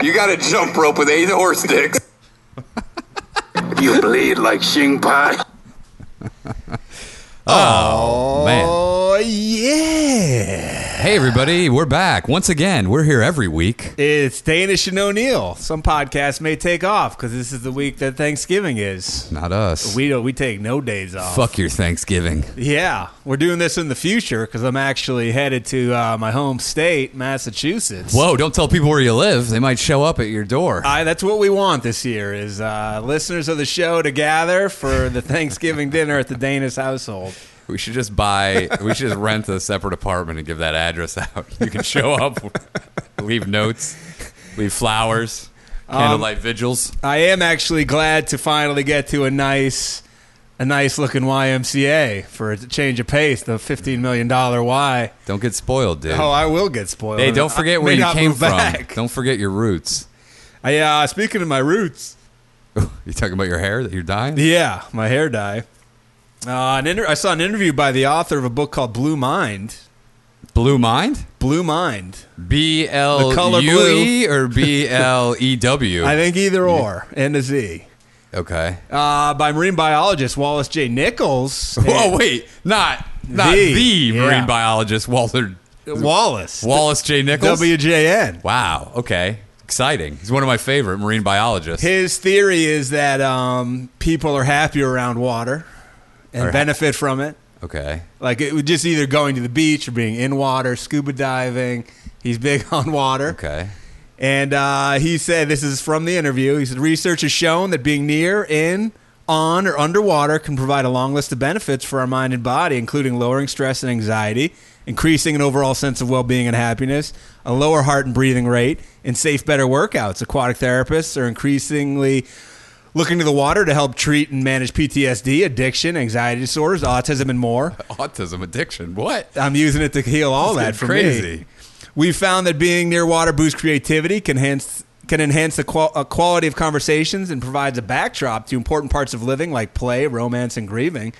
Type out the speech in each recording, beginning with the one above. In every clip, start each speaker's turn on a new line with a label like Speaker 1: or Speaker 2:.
Speaker 1: a jump rope with eight horse sticks. you bleed like Shing Pie.
Speaker 2: Oh, man.
Speaker 3: Oh yeah,
Speaker 2: Hey, everybody. We're back. Once again, we're here every week.
Speaker 3: it's Danish and O'Neill. Some podcasts may take off because this is the week that Thanksgiving is.
Speaker 2: Not us.
Speaker 3: We don't. We take no days off.
Speaker 2: Fuck your Thanksgiving.
Speaker 3: Yeah, we're doing this in the future because I'm actually headed to uh, my home state, Massachusetts.
Speaker 2: Whoa, don't tell people where you live. They might show up at your door.
Speaker 3: I, that's what we want this year is uh, listeners of the show to gather for the Thanksgiving dinner at the Danish household.
Speaker 2: We should just buy, we should just rent a separate apartment and give that address out. You can show up, leave notes, leave flowers,
Speaker 3: Um,
Speaker 2: candlelight vigils.
Speaker 3: I am actually glad to finally get to a nice, a nice looking YMCA for a change of pace. The fifteen million dollar Y.
Speaker 2: Don't get spoiled, dude.
Speaker 3: Oh, I will get spoiled.
Speaker 2: hey, don't
Speaker 3: I
Speaker 2: forget
Speaker 3: may
Speaker 2: where you
Speaker 3: not
Speaker 2: came
Speaker 3: move
Speaker 2: from.
Speaker 3: back.
Speaker 2: Don't forget your roots.
Speaker 3: I, uh, speaking of my roots,
Speaker 2: You talking about your hair that you're dying?
Speaker 3: Yeah, my hair dye. Uh, an inter- I saw an interview by the author of a book called Blue Mind.
Speaker 2: Blue mind?
Speaker 3: Blue Mind.
Speaker 2: B L
Speaker 3: color
Speaker 2: U E or B L E W?
Speaker 3: I think either or and a Z.
Speaker 2: Okay.
Speaker 3: Uh, by marine biologist Wallace J. Nichols.
Speaker 2: Whoa, wait, not not the,
Speaker 3: The, yeah.
Speaker 2: marine biologist Walter
Speaker 3: Wallace.
Speaker 2: Wallace J. Nichols.
Speaker 3: WJN.
Speaker 2: wow. Okay. Exciting. He's one of my favorite marine biologists.
Speaker 3: His theory is that um, people are happier around water and
Speaker 2: Are ha-
Speaker 3: benefit from it.
Speaker 2: Okay.
Speaker 3: Like it would just either going to the beach or being in water, scuba diving. He's big on water.
Speaker 2: Okay.
Speaker 3: And uh, he said, this is from the interview. He said, research has shown that being near, in, on, or underwater can provide a long list of benefits for our mind and body, including lowering stress and anxiety, increasing an overall sense of well being and happiness, a lower heart and breathing rate, and safe, better workouts. Aquatic therapists are increasingly looking to the water to help treat and manage PTSD, addiction, anxiety disorders, autism, and more.
Speaker 2: Autism addiction. What?
Speaker 3: I'm using it to heal all
Speaker 2: This
Speaker 3: that
Speaker 2: is
Speaker 3: for
Speaker 2: crazy.
Speaker 3: me. We found that being near water boosts creativity, can enhance can enhance the qual- uh, quality of conversations, and provides a backdrop to important parts of living like play, romance, and grieving.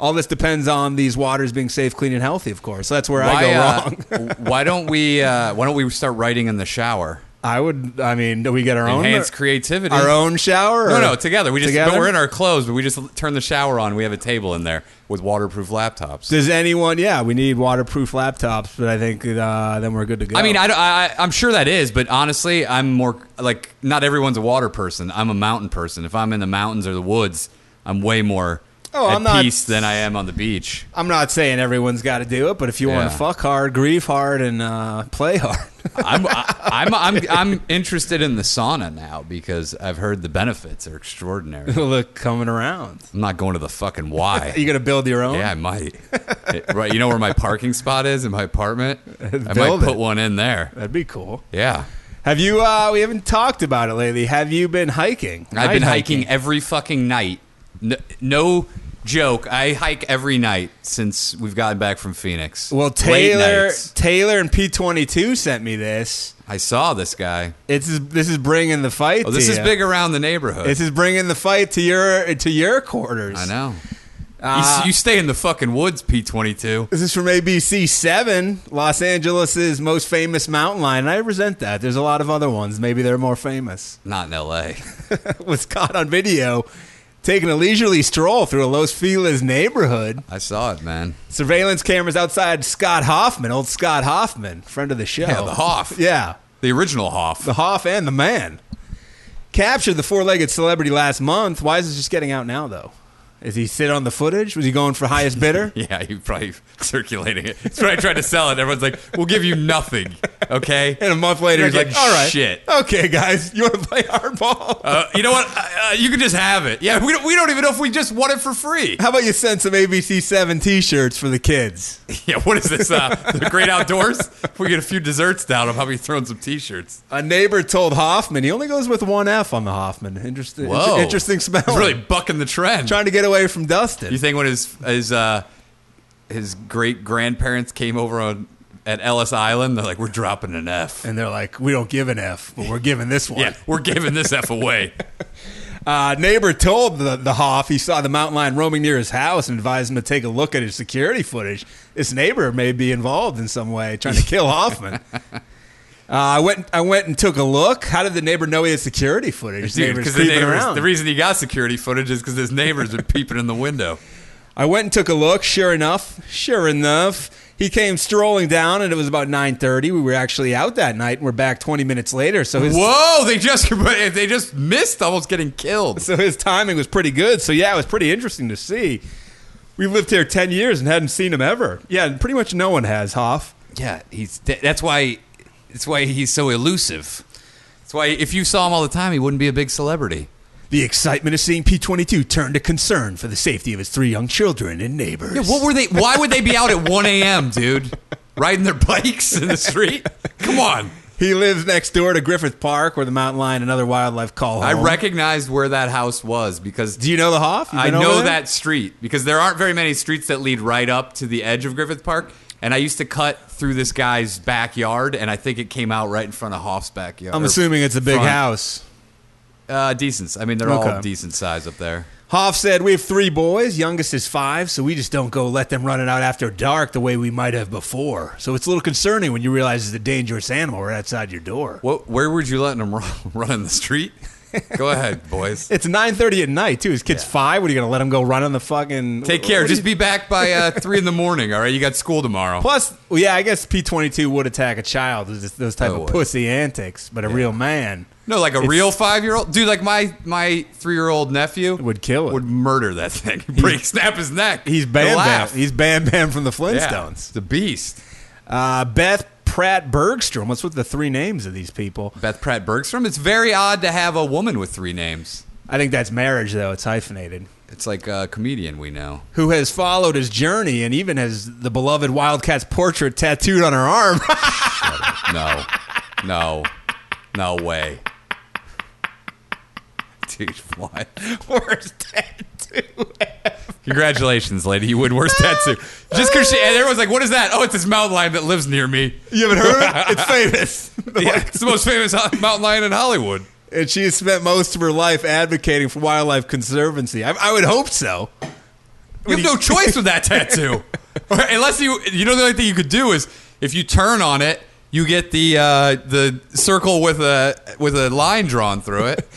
Speaker 3: All this depends on these waters being safe, clean, and healthy, of course. So that's where I go
Speaker 2: uh,
Speaker 3: wrong.
Speaker 2: why don't we? Uh, why don't we start writing in the shower?
Speaker 3: I would. I mean, do we get our own
Speaker 2: Enhance creativity.
Speaker 3: our own shower?
Speaker 2: No,
Speaker 3: or-
Speaker 2: no, together. We just but
Speaker 3: Together?
Speaker 2: we're in our clothes, but we just l- turn the shower on. We have a table in there with waterproof laptops.
Speaker 3: Does anyone? Yeah, we need waterproof laptops, but I think uh, then we're good to go.
Speaker 2: I mean, I, don't- I, I- I'm sure that is, but honestly, I'm more like not everyone's a water person. I'm a mountain person. If I'm in the mountains or the woods, I'm way more
Speaker 3: Oh,
Speaker 2: at
Speaker 3: I'm not-
Speaker 2: peace than I am on the beach.
Speaker 3: I'm not saying everyone's got to do it, but if you want
Speaker 2: Yeah.
Speaker 3: to fuck hard, grieve hard, and uh, play hard,
Speaker 2: I'm, I, I'm, I'm, I'm interested in the sauna now because I've heard the benefits are extraordinary.
Speaker 3: look coming around.
Speaker 2: I'm not going to the fucking
Speaker 3: Are you
Speaker 2: Y.
Speaker 3: gonna build your own?
Speaker 2: Yeah, I might. It- right, you know where my parking spot is in my apartment. I might
Speaker 3: Build
Speaker 2: put
Speaker 3: it.
Speaker 2: one in there.
Speaker 3: that'd be cool.
Speaker 2: Yeah.
Speaker 3: Have you? uh We haven't talked about it lately. Have you been hiking?
Speaker 2: I've been
Speaker 3: Night
Speaker 2: hiking, every fucking night. No, no joke. I hike every night since we've gotten back from Phoenix.
Speaker 3: Well,
Speaker 2: Late
Speaker 3: Taylor,
Speaker 2: nights.
Speaker 3: Taylor, and P twenty two sent me this.
Speaker 2: I saw this guy.
Speaker 3: It's this is bringing the fight.
Speaker 2: Oh, this
Speaker 3: to
Speaker 2: is
Speaker 3: ya.
Speaker 2: big around the neighborhood.
Speaker 3: This is bringing the fight to your to your quarters.
Speaker 2: I know.
Speaker 3: Uh,
Speaker 2: you, you stay in the fucking woods, P twenty two.
Speaker 3: This is from ABC Seven, Los Angeles' most famous mountain lion. I resent that. There's a lot of other ones. Maybe they're more famous.
Speaker 2: Not in L.A.
Speaker 3: Was caught on video taking a leisurely stroll through a Los Feliz neighborhood.
Speaker 2: I saw it, man.
Speaker 3: surveillance cameras outside Scott Hoffman, old Scott Hoffman, friend of the show.
Speaker 2: Yeah, the Hoff.
Speaker 3: Yeah,
Speaker 2: The original Hoff.
Speaker 3: the Hoff and the man. Captured the four-legged celebrity last month. Why is this just getting out now, though? Is he sit on the footage? Was he going for highest bidder?
Speaker 2: Yeah, you probably circulating it. That's what I tried to sell it. Everyone's like, "We'll give you nothing." Okay.
Speaker 3: And a month later, he's
Speaker 2: They're
Speaker 3: like,
Speaker 2: like,
Speaker 3: "All right,
Speaker 2: "Shit."
Speaker 3: okay, guys, you want to play hardball?
Speaker 2: Uh, you know what? Uh, uh, you can just have it. Yeah, we don't, we don't even know if we just want it for free.
Speaker 3: How about you send some ABC Seven T-shirts for the kids?
Speaker 2: Yeah, what is this? Uh, the great outdoors? If we get a few desserts down, I'm probably throwing some t-shirts.
Speaker 3: A neighbor told Hoffman he only goes with one F on the Hoffman. Interesting,
Speaker 2: Whoa.
Speaker 3: interesting smell.
Speaker 2: It's really bucking the trend.
Speaker 3: trying to get away from Dustin.
Speaker 2: You think when his his uh, his great grandparents came over on at Ellis Island, they're like, "We're dropping an F.
Speaker 3: and they're like, "We don't give an F, but we're giving this one."
Speaker 2: Yeah, we're giving this F away."
Speaker 3: Uh, neighbor told the, the Hoff he saw the mountain lion roaming near his house and advised him to take a look at his security footage. This neighbor may be involved in some way, trying to kill Hoffman. Uh, I went. I went and took a look. How did the neighbor know he had security footage? His
Speaker 2: Dude,
Speaker 3: neighbor's
Speaker 2: because the,
Speaker 3: creeping
Speaker 2: neighbors-
Speaker 3: around.
Speaker 2: the reason he got security footage is because his neighbors are peeping in the window.
Speaker 3: I went and took a look. Sure enough, sure enough, he came strolling down, and it was about nine thirty. We were actually out that night, and we're back twenty minutes later. So his
Speaker 2: Whoa! They just they just missed almost getting killed.
Speaker 3: so his timing was pretty good. So yeah, it was pretty interesting to see. We lived here ten years and hadn't seen him ever. Yeah, and pretty much no one has Hoff.
Speaker 2: Yeah, he's that's why that's why he's so elusive. That's why if you saw him all the time, he wouldn't be a big celebrity.
Speaker 3: The excitement of seeing P twenty two turned to concern for the safety of his three young children and neighbors.
Speaker 2: Yeah, what were they? Why would they be out at 1 a.m., dude? Riding their bikes in the street? Come on.
Speaker 3: He lives next door to Griffith Park, where the mountain lion and other wildlife call home.
Speaker 2: I recognized where that house was because
Speaker 3: Do you know the Hoff? You've
Speaker 2: I
Speaker 3: been over
Speaker 2: know
Speaker 3: there?
Speaker 2: that street because there aren't very many streets that lead right up to the edge of Griffith Park. And I used to cut through this guy's backyard, and I think it came out right in front of Hoff's backyard.
Speaker 3: I'm assuming it's a big
Speaker 2: front.
Speaker 3: house.
Speaker 2: Uh, decent. I mean, they're
Speaker 3: Okay.
Speaker 2: all decent size up there.
Speaker 3: Hoff said, "We have three boys. Youngest is five, so we just don't go let them running out after dark the way we might have before. So it's a little concerning when you realize it's a dangerous animal right outside your door.
Speaker 2: What? Where were you letting them run, run in the street? Go ahead, boys.
Speaker 3: It's 9:30 at night too. His kid's five. What are you gonna let him go run on the fucking?
Speaker 2: Take
Speaker 3: what-
Speaker 2: care.
Speaker 3: what do
Speaker 2: Just
Speaker 3: you-
Speaker 2: be back by uh, three in the morning. All right, you got school tomorrow.
Speaker 3: Plus, well, yeah, I guess P22 would attack a child. Those, those type
Speaker 2: Oh, it
Speaker 3: of
Speaker 2: would.
Speaker 3: pussy antics, but a real man.
Speaker 2: No, like a
Speaker 3: It's-
Speaker 2: real five year old dude. Like my my three year old nephew
Speaker 3: Would kill it.
Speaker 2: Would murder that thing. Break, snap his neck.
Speaker 3: He's
Speaker 2: He'll
Speaker 3: Bam Bam.
Speaker 2: laugh.
Speaker 3: He's Bam Bam from the
Speaker 2: Yeah.
Speaker 3: Flintstones.
Speaker 2: The beast.
Speaker 3: Uh, Beth Pratt Bergstrom. What's with the three names of these people?
Speaker 2: Beth Pratt Bergstrom. It's very odd to have a woman with three names.
Speaker 3: I think that's marriage, though. It's hyphenated.
Speaker 2: It's like a comedian we know.
Speaker 3: Who has followed his journey and even has the beloved Wildcats portrait tattooed on her arm?
Speaker 2: No, no, no way. Dude, what?
Speaker 3: Worst tattoo.
Speaker 2: Congratulations, lady. You win worst tattoo. Just because she, and everyone's like, what is that? Oh, it's this mountain lion that lives near me.
Speaker 3: You haven't heard of it? It's famous.
Speaker 2: Yeah, it's the most famous ho- mountain lion in Hollywood.
Speaker 3: and she has spent most of her life advocating for wildlife conservancy. I, I would hope so.
Speaker 2: You have no choice with that tattoo, unless you. You know the only thing you could do is if you turn on it, you get the uh, the circle with a with a line drawn through it.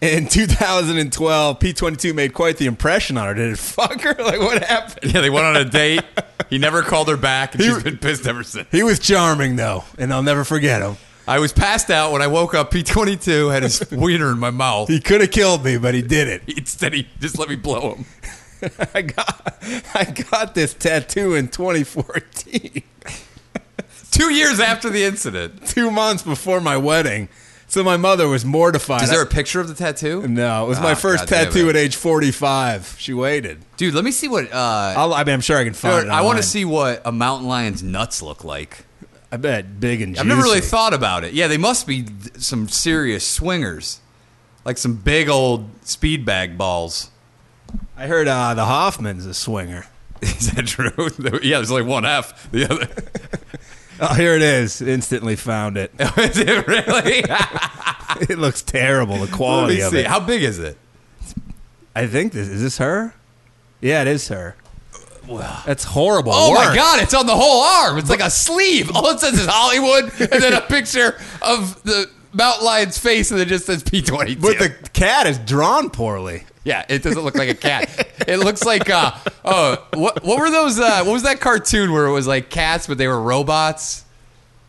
Speaker 3: In 2012, P22 made quite the impression on her. Did it fuck her? Like, what happened?
Speaker 2: Yeah, they went on a date. He never called her back, and she's been pissed ever since.
Speaker 3: He was charming, though, and I'll never forget him.
Speaker 2: I was passed out when I woke up. P twenty two had his wiener in my mouth.
Speaker 3: He could have killed me, but he did it.
Speaker 2: Instead, he just let me blow him.
Speaker 3: I got, I got this tattoo in 2014,
Speaker 2: Two years after the incident.
Speaker 3: two months before my wedding. So my mother was mortified.
Speaker 2: Is there a picture of the tattoo,
Speaker 3: no, it was my
Speaker 2: Ah,
Speaker 3: first
Speaker 2: God damn
Speaker 3: tattoo
Speaker 2: it.
Speaker 3: at age 45. She waited.
Speaker 2: dude? Let me see what. Uh,
Speaker 3: I'll, I mean, I'm sure I can find
Speaker 2: dude,
Speaker 3: it.
Speaker 2: I want
Speaker 3: online.
Speaker 2: to see what a mountain lion's nuts look like.
Speaker 3: I bet big and juicy.
Speaker 2: I've never really thought about it. Yeah, they must be th- some serious swingers, like some big old speed bag balls.
Speaker 3: I heard uh, the Hoffman's a swinger.
Speaker 2: Is that true? yeah, there's like one F. The other,
Speaker 3: Oh, here it is. Instantly found it.
Speaker 2: is it really?
Speaker 3: It looks terrible. The
Speaker 2: Let
Speaker 3: quality
Speaker 2: me
Speaker 3: of
Speaker 2: see.
Speaker 3: it.
Speaker 2: How big is it?
Speaker 3: I think this is this her. Yeah, it is her. That's horrible.
Speaker 2: Oh my
Speaker 3: work.
Speaker 2: God! It's on the whole arm. It's like a sleeve. All it says is Hollywood, and then a picture of the mountain lion's face, and it just says P twenty
Speaker 3: But the
Speaker 2: two.
Speaker 3: cat is drawn poorly.
Speaker 2: Yeah, it doesn't look like a cat. It looks like uh oh what what were those uh what was that cartoon where it was like cats but they were robots?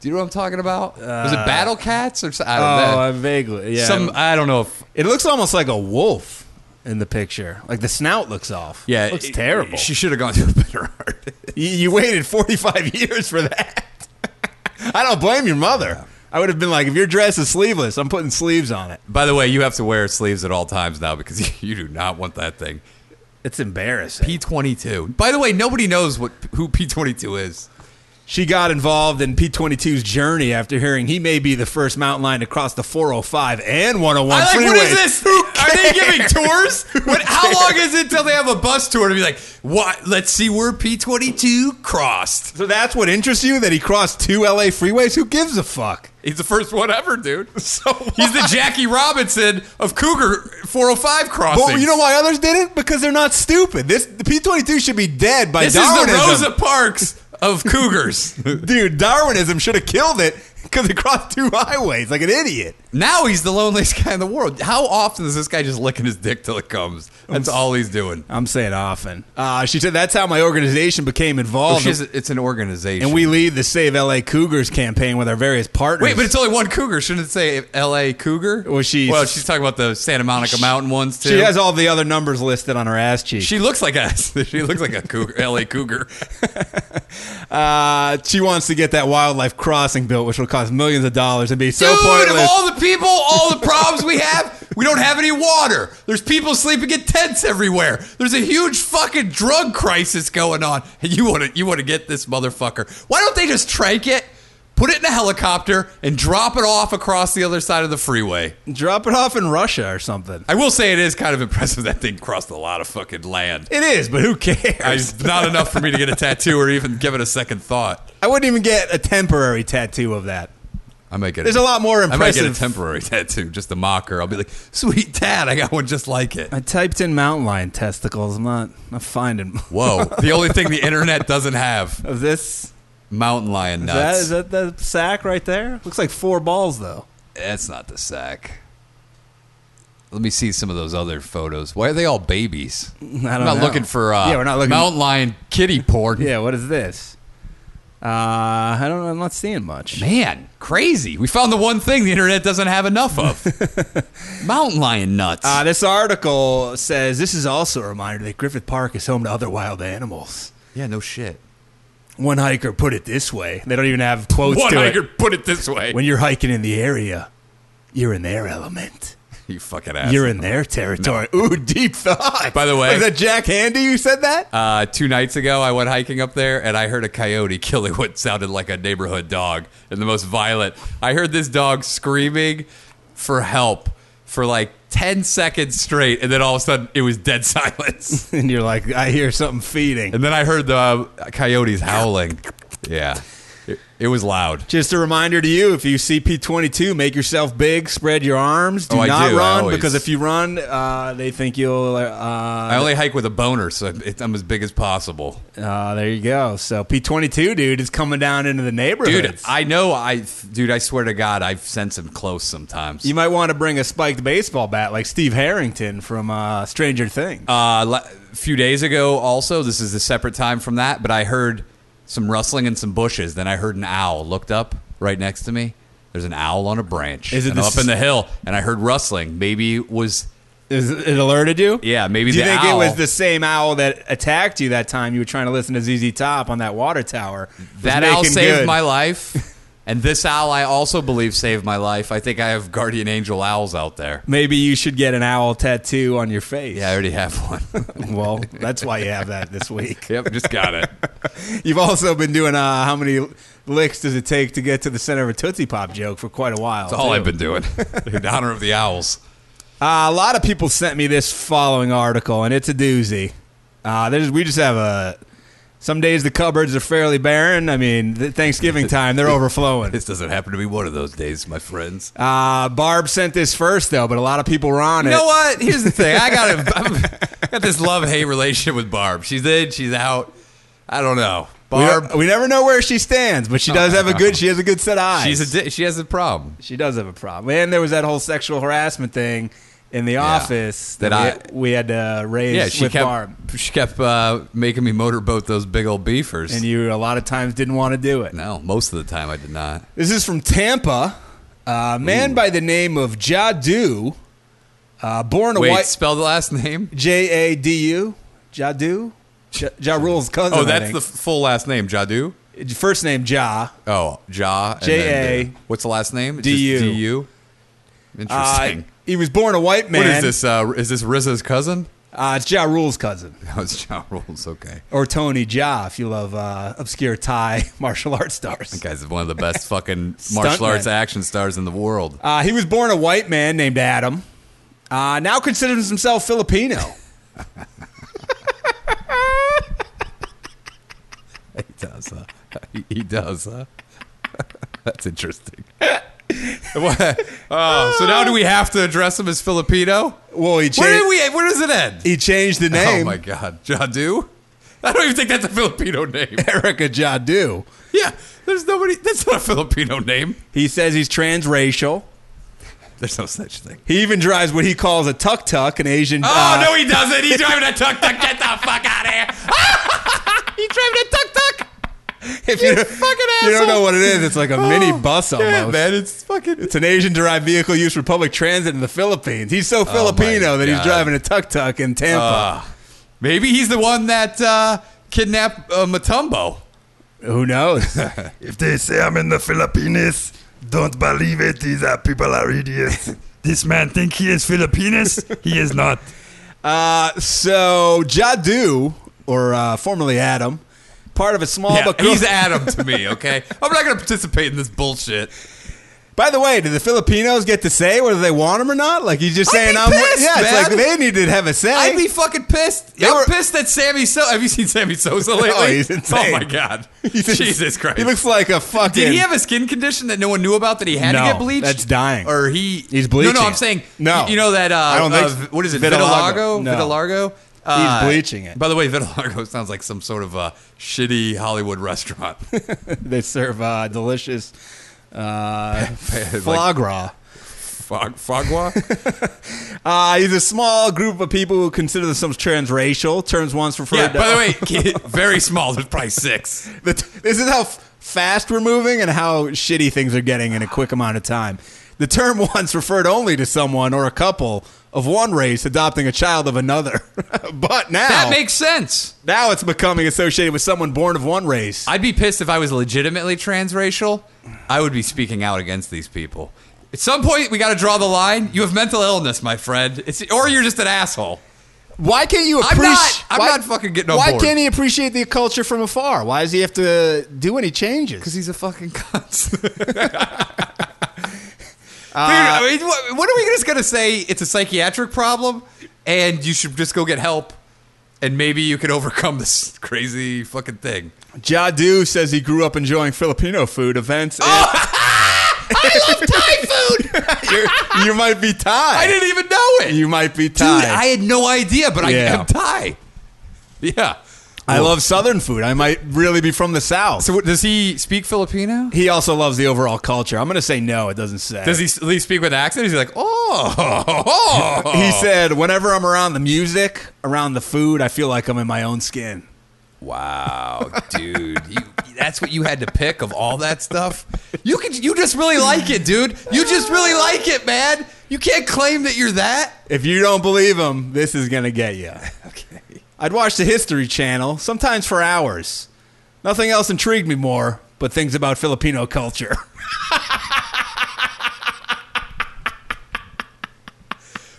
Speaker 2: Do you know what I'm talking about? was it
Speaker 3: Uh,
Speaker 2: Battle Cats or so- I don't
Speaker 3: um,
Speaker 2: know.
Speaker 3: Oh, vaguely.
Speaker 2: Some I don't know if
Speaker 3: it looks almost like a wolf in the picture. Like the snout looks off.
Speaker 2: yeah,
Speaker 3: it looks
Speaker 2: it-
Speaker 3: terrible.
Speaker 2: She should have gone to a better artist.
Speaker 3: you, you waited 45 years for that. I don't blame your mother. I would have been like, if your dress is sleeveless, I'm putting sleeves on it.
Speaker 2: By the way, you have to wear sleeves at all times now because you do not want that thing.
Speaker 3: It's embarrassing.
Speaker 2: P22. By the way, nobody knows what who P22 is.
Speaker 3: She got involved in P22's journey after hearing he may be the first mountain lion to cross the 405 and 101
Speaker 2: I like,
Speaker 3: freeways.
Speaker 2: what is this? Are they giving tours? What, how long is it till they have a bus tour to be like, what? Let's see where P22 crossed.
Speaker 3: So that's what interests you that he crossed two LA freeways? Who gives a fuck?
Speaker 2: He's the first one ever, dude. So He's the Jackie Robinson of Cougar 405 crossing.
Speaker 3: But you know why others did it? Because they're not stupid. This the P22 should be dead by
Speaker 2: This is the
Speaker 3: Darwinism.
Speaker 2: Rosa Parks of Cougars.
Speaker 3: Dude, Darwinism should have killed it because he crossed two highways like an idiot.
Speaker 2: Now he's the loneliest guy in the world. How often is this guy just licking his dick till it comes? That's all he's doing.
Speaker 3: I'm saying often. Uh, she said that's how my organization became
Speaker 2: Oh,
Speaker 3: involved,
Speaker 2: she's, it's an organization.
Speaker 3: and we lead the Save LA Cougars campaign with our various partners.
Speaker 2: Wait, but it's only one cougar. Shouldn't it say L.A. Cougar?
Speaker 3: Well, she's-
Speaker 2: well, she's talking about the Santa Monica Mountain ones too.
Speaker 3: she has all the other numbers listed on her ass cheek.
Speaker 2: She looks like us. She looks like a cougar, L.A. Cougar.
Speaker 3: Uh, she wants to get that wildlife crossing built, which will cost millions of dollars and be so
Speaker 2: Dude, of
Speaker 3: pointless.
Speaker 2: all the people, all the problems we have, we don't have any water. There's people sleeping in tents everywhere. There's a huge fucking drug crisis going on, and you want to you want to get this motherfucker. Why don't they just trank it, put it in a helicopter, and drop it off across the other side of the freeway?
Speaker 3: Drop it off in Russia or something.
Speaker 2: I will say it is kind of impressive that thing crossed a lot of fucking land.
Speaker 3: It is, but who cares? I,
Speaker 2: It's not enough for me to get a tattoo or even give it a second thought.
Speaker 3: wouldn't even get a temporary tattoo of that.
Speaker 2: I might get
Speaker 3: There's
Speaker 2: it.
Speaker 3: a lot more
Speaker 2: I might get a
Speaker 3: impressive.
Speaker 2: temporary tattoo, just a mocker. I'll be like, sweet dad, I got one just like it.
Speaker 3: I typed in mountain lion testicles. I'm not, not finding
Speaker 2: Whoa. the only thing the internet doesn't have
Speaker 3: of this.
Speaker 2: mountain lion
Speaker 3: Is that,
Speaker 2: nuts.
Speaker 3: is that the sack right there? Looks like four balls though.
Speaker 2: That's not the sack. Let me see some of those other photos. Why are they all babies?
Speaker 3: don't
Speaker 2: I'm not
Speaker 3: know.
Speaker 2: looking for uh,
Speaker 3: Yeah, we're not looking-
Speaker 2: mountain lion kitty porn.
Speaker 3: Yeah, what is this? Uh, I don't. I'm not seeing much.
Speaker 2: Man, crazy. We found the one thing the internet doesn't have enough of mountain lion nuts.
Speaker 3: Uh, this article says this is also a reminder that Griffith Park is home to other wild animals.
Speaker 2: yeah, no shit.
Speaker 3: One hiker put it this way. They don't even have quotes
Speaker 2: One,
Speaker 3: to
Speaker 2: I
Speaker 3: it.
Speaker 2: could put it this way.
Speaker 3: When you're hiking in the area, you're in their element.
Speaker 2: you fucking ass.
Speaker 3: You're in their territory. Ooh, deep thought.
Speaker 2: By the way-
Speaker 3: was that Jack Handy who said that?
Speaker 2: Uh, two nights ago, I went hiking up there and I heard a coyote killing what sounded like a neighborhood dog and the most violent. I heard this dog screaming for help for like 10 seconds straight, and then all of a sudden it was dead silence.
Speaker 3: and you're like, I hear something feeding.
Speaker 2: and then I heard the uh, coyotes howling. Yeah, it, it was loud.
Speaker 3: Just a reminder to you: if you see P22, make yourself big, spread your arms. Do
Speaker 2: Oh, I
Speaker 3: not
Speaker 2: do. I
Speaker 3: run
Speaker 2: always-
Speaker 3: because if you run, uh, they think you'll.
Speaker 2: I
Speaker 3: Uh,
Speaker 2: only hike with a boner, so it, I'm as big as possible.
Speaker 3: uh, there you go. So P22, dude, is coming down into the neighborhood.
Speaker 2: Dude, I know. I dude, I swear to God, I've sensed him close sometimes.
Speaker 3: you might want to bring a spiked baseball bat like Steve Harrington from uh, Stranger Things.
Speaker 2: Uh, la- a few days ago, also, this is a separate time from that, but I heard some rustling in some bushes. Then I heard an owl. Looked up right next to me. There's an owl on a branch.
Speaker 3: Is it
Speaker 2: and
Speaker 3: this-
Speaker 2: up in the hill? And I heard rustling. Maybe it was
Speaker 3: is it alerted you?
Speaker 2: yeah. Maybe
Speaker 3: Do you
Speaker 2: the
Speaker 3: think
Speaker 2: owl.
Speaker 3: it was the same owl that attacked you that time you were trying to listen to ZZ Top on that water tower? It was
Speaker 2: that owl
Speaker 3: making
Speaker 2: saved
Speaker 3: good.
Speaker 2: my life. And this owl, I also believe, saved my life. I think I have guardian angel owls out there.
Speaker 3: Maybe you should get an owl tattoo on your face.
Speaker 2: Yeah, I already have one.
Speaker 3: Well, that's why you have that this week.
Speaker 2: yep, just got it.
Speaker 3: You've also been doing uh, how many licks does it take to get to the center of a Tootsie Pop joke for quite a while.
Speaker 2: That's all
Speaker 3: too.
Speaker 2: I've been doing in honor of the owls.
Speaker 3: Uh, a lot of people sent me this following article, and it's a doozy. Uh, there's, we just have a. Some days the cupboards are fairly barren. I mean, th- Thanksgiving time, they're overflowing.
Speaker 2: This doesn't happen to be one of those days, my friends.
Speaker 3: Uh, Barb sent this first, though, but a lot of people were on
Speaker 2: You
Speaker 3: it.
Speaker 2: know what? Here's the thing. I got a, I'm, I got this love hate relationship with Barb. She's in. She's out. I don't know.
Speaker 3: We,
Speaker 2: Barb.
Speaker 3: don't- we never know where she stands, but she does have a good. She has a good set of eyes.
Speaker 2: She's a. di- She has a problem.
Speaker 3: She does have a problem. And there was that whole sexual harassment thing in the office that,
Speaker 2: That
Speaker 3: we, we had to raise
Speaker 2: Yeah. She
Speaker 3: with
Speaker 2: kept.
Speaker 3: Barb.
Speaker 2: She kept uh, making me motorboat those big old beefers.
Speaker 3: And you a lot of times didn't want to do it.
Speaker 2: no, most of the time I did not.
Speaker 3: This is from Tampa. A man by the name of Jadu, uh, born a
Speaker 2: Wait,
Speaker 3: white
Speaker 2: spell the last name.
Speaker 3: J A D U, Jadu, Ja, ja Rule's cousin.
Speaker 2: Oh,
Speaker 3: I
Speaker 2: that's the
Speaker 3: think.
Speaker 2: f- full last name, Jadu.
Speaker 3: first name Ja.
Speaker 2: Oh, Ja. and then
Speaker 3: J.A..
Speaker 2: the- What's the last name? It's
Speaker 3: D U.
Speaker 2: just D-U?
Speaker 3: Uh,
Speaker 2: Interesting.
Speaker 3: he was born a white man.
Speaker 2: what is this? Uh, is this Rizza's cousin?
Speaker 3: Uh, it's Ja Rule's cousin,
Speaker 2: No, it's Ja Rules. Okay.
Speaker 3: or Tony Ja, if you love uh, obscure Thai martial arts stars.
Speaker 2: Guy's one of the best fucking martial arts
Speaker 3: Stuntman.
Speaker 2: action stars in the world.
Speaker 3: Uh, he was born a white man named Adam. Uh, now considers himself Filipino.
Speaker 2: He does, huh? He, he does, huh? That's interesting. What? oh, so now do we have to address him as Filipino?
Speaker 3: Well, he changed.
Speaker 2: Where did we? Oh Where does it end?
Speaker 3: he changed the name.
Speaker 2: Oh my God, Jadu. I don't even think that's a Filipino name.
Speaker 3: Erica Jadu.
Speaker 2: yeah, there's nobody. That's not a Filipino name.
Speaker 3: He says he's transracial.
Speaker 2: There's no such thing.
Speaker 3: He even drives what he calls a tuk tuk, an Asian. uh,
Speaker 2: Oh no, he doesn't. He's driving a tuk tuk. Get the fuck out of here. He's driving a tuk tuk.
Speaker 3: If you, don't-
Speaker 2: fucking
Speaker 3: you don't know
Speaker 2: asshole.
Speaker 3: what it is, it's like a mini bus almost.
Speaker 2: Yeah, Oh, man, it's fucking.
Speaker 3: It's an Asian derived vehicle used for public transit in the Philippines. He's so Filipino that he's
Speaker 2: Oh God. Uh.
Speaker 3: driving a tuk tuk in Tampa.
Speaker 2: Maybe he's the one that uh, kidnapped uh, Matumbo.
Speaker 3: Who knows?
Speaker 4: If they say I'm in the Philippines, don't believe it. These are people are idiots. this man think he is Philippines. He is not.
Speaker 3: uh, so, Jadu, or uh, formerly Adam, part of a small
Speaker 2: Yeah,
Speaker 3: but growing-
Speaker 2: he's Adam to me. Okay, I'm not gonna participate in this bullshit.
Speaker 3: By the way, do the Filipinos get to say whether they want him or not? Like he's just
Speaker 2: I'd
Speaker 3: saying,
Speaker 2: be
Speaker 3: "I'm."
Speaker 2: pissed,
Speaker 3: yeah, it's like
Speaker 2: man.
Speaker 3: they need to have a say.
Speaker 2: I'd be fucking pissed.
Speaker 3: They
Speaker 2: I'm
Speaker 3: were-
Speaker 2: pissed that Sammy Sosa. Have you seen Sammy Sosa lately?
Speaker 3: he's insane.
Speaker 2: Oh my god.
Speaker 3: He's just-
Speaker 2: Jesus Christ.
Speaker 3: He looks like a fucking.
Speaker 2: Did he have a skin condition that no one knew about that he had
Speaker 3: No,
Speaker 2: to get bleached?
Speaker 3: that's dying.
Speaker 2: Or he
Speaker 3: He's bleaching
Speaker 2: No, no, I'm
Speaker 3: it.
Speaker 2: saying
Speaker 3: No.
Speaker 2: You, you know that uh,
Speaker 3: I don't think
Speaker 2: uh,
Speaker 3: so.
Speaker 2: v- what is it?
Speaker 3: Vitiligo.
Speaker 2: Vitiligo.
Speaker 3: No.
Speaker 2: Vitiligo. Uh,
Speaker 3: bleaching it.
Speaker 2: By the way, vitiligo sounds like some sort of uh, shitty Hollywood restaurant.
Speaker 3: they serve uh, delicious uh, foie
Speaker 2: like-
Speaker 3: gras.
Speaker 2: Fog, fogwa.
Speaker 3: Uh, he's a small group of people who consider themselves transracial. Terms once referred
Speaker 2: yeah.
Speaker 3: to.
Speaker 2: By the way, kid, very small. There's probably six.
Speaker 3: The t- this is how f- fast we're moving and how shitty things are getting in a quick amount of time. The term once referred only to someone or a couple of one race adopting a child of another. but now,
Speaker 2: That makes sense.
Speaker 3: now it's becoming associated with someone born of one race.
Speaker 2: I'd be pissed if I was legitimately transracial. I would be speaking out against these people. At some point, we got to draw the line. You have mental illness, my friend. It's, or you're just an asshole.
Speaker 3: Why can't you
Speaker 2: I'm
Speaker 3: appreciate?
Speaker 2: not- I'm not fucking getting on
Speaker 3: Why
Speaker 2: board.
Speaker 3: can't he appreciate the culture from afar? Why does he have to do any changes?
Speaker 2: he's a fucking cunt. Dude,
Speaker 3: Uh,
Speaker 2: I mean, what, what are we just gonna say? It's a psychiatric problem, and you should just go get help, and maybe you can overcome this crazy fucking thing.
Speaker 3: Jadu says he grew up enjoying Filipino food events. and-
Speaker 2: Thai food.
Speaker 3: You're- you might be tied.
Speaker 2: I didn't even know it,
Speaker 3: You might be
Speaker 2: dude.
Speaker 3: tied.
Speaker 2: I had no idea, but
Speaker 3: Yeah.
Speaker 2: I am Thai. Yeah.
Speaker 3: I love Southern food. I might really be from the South.
Speaker 2: So what, does he speak Filipino?
Speaker 3: he also loves the overall culture. I'm going to say no. It doesn't say.
Speaker 2: Does he at least speak with an accent? He's like, oh,
Speaker 3: He said, whenever I'm around the music, around the food, I feel like I'm in my own skin.
Speaker 2: Wow, dude, you, that's what you had to pick of all that stuff. You could, you just really like it, dude. You just really like it, man. You can't claim that you're that.
Speaker 3: If you don't believe him, this is going to get you. okay. I'd watch the History Channel, sometimes for hours. Nothing else intrigued me more but things about Filipino culture.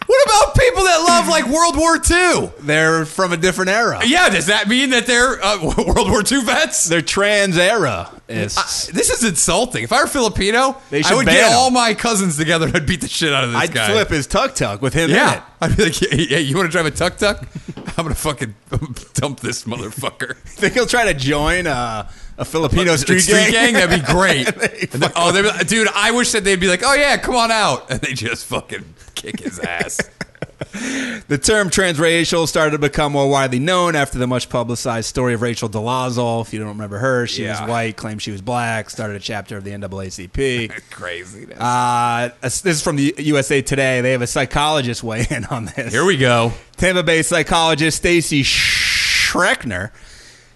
Speaker 2: What about people that love like World War II?
Speaker 3: They're from a different era.
Speaker 2: Yeah, does that mean that they're uh, World War II vets?
Speaker 3: They're trans era.
Speaker 2: This is insulting. If I were Filipino,
Speaker 3: They
Speaker 2: I
Speaker 3: should
Speaker 2: would
Speaker 3: ban
Speaker 2: get
Speaker 3: him.
Speaker 2: all my cousins together and I'd beat the shit out of this
Speaker 3: I'd
Speaker 2: guy.
Speaker 3: flip his tuk tuk with him in it.
Speaker 2: Yeah, I'd be like, yeah, yeah, you want to drive a tuk tuk? I'm gonna fucking dump this motherfucker.
Speaker 3: Think he'll try to join uh, a Filipino street, gang?
Speaker 2: That'd be great. And then- oh, they'd be like, dude, I wish that they'd be like, oh yeah, come on out, and they just fucking kick his ass.
Speaker 3: The term transracial started to become more widely known after the much publicized story of Rachel DeLazzo. If you don't remember her, she
Speaker 2: Yeah.
Speaker 3: was white, claimed she was black, started a chapter of the NAACP.
Speaker 2: Crazy.
Speaker 3: Uh, this is from the USA Today. They have a psychologist weigh in on this.
Speaker 2: Here we go.
Speaker 3: Tampa Bay psychologist Stacy Schreckner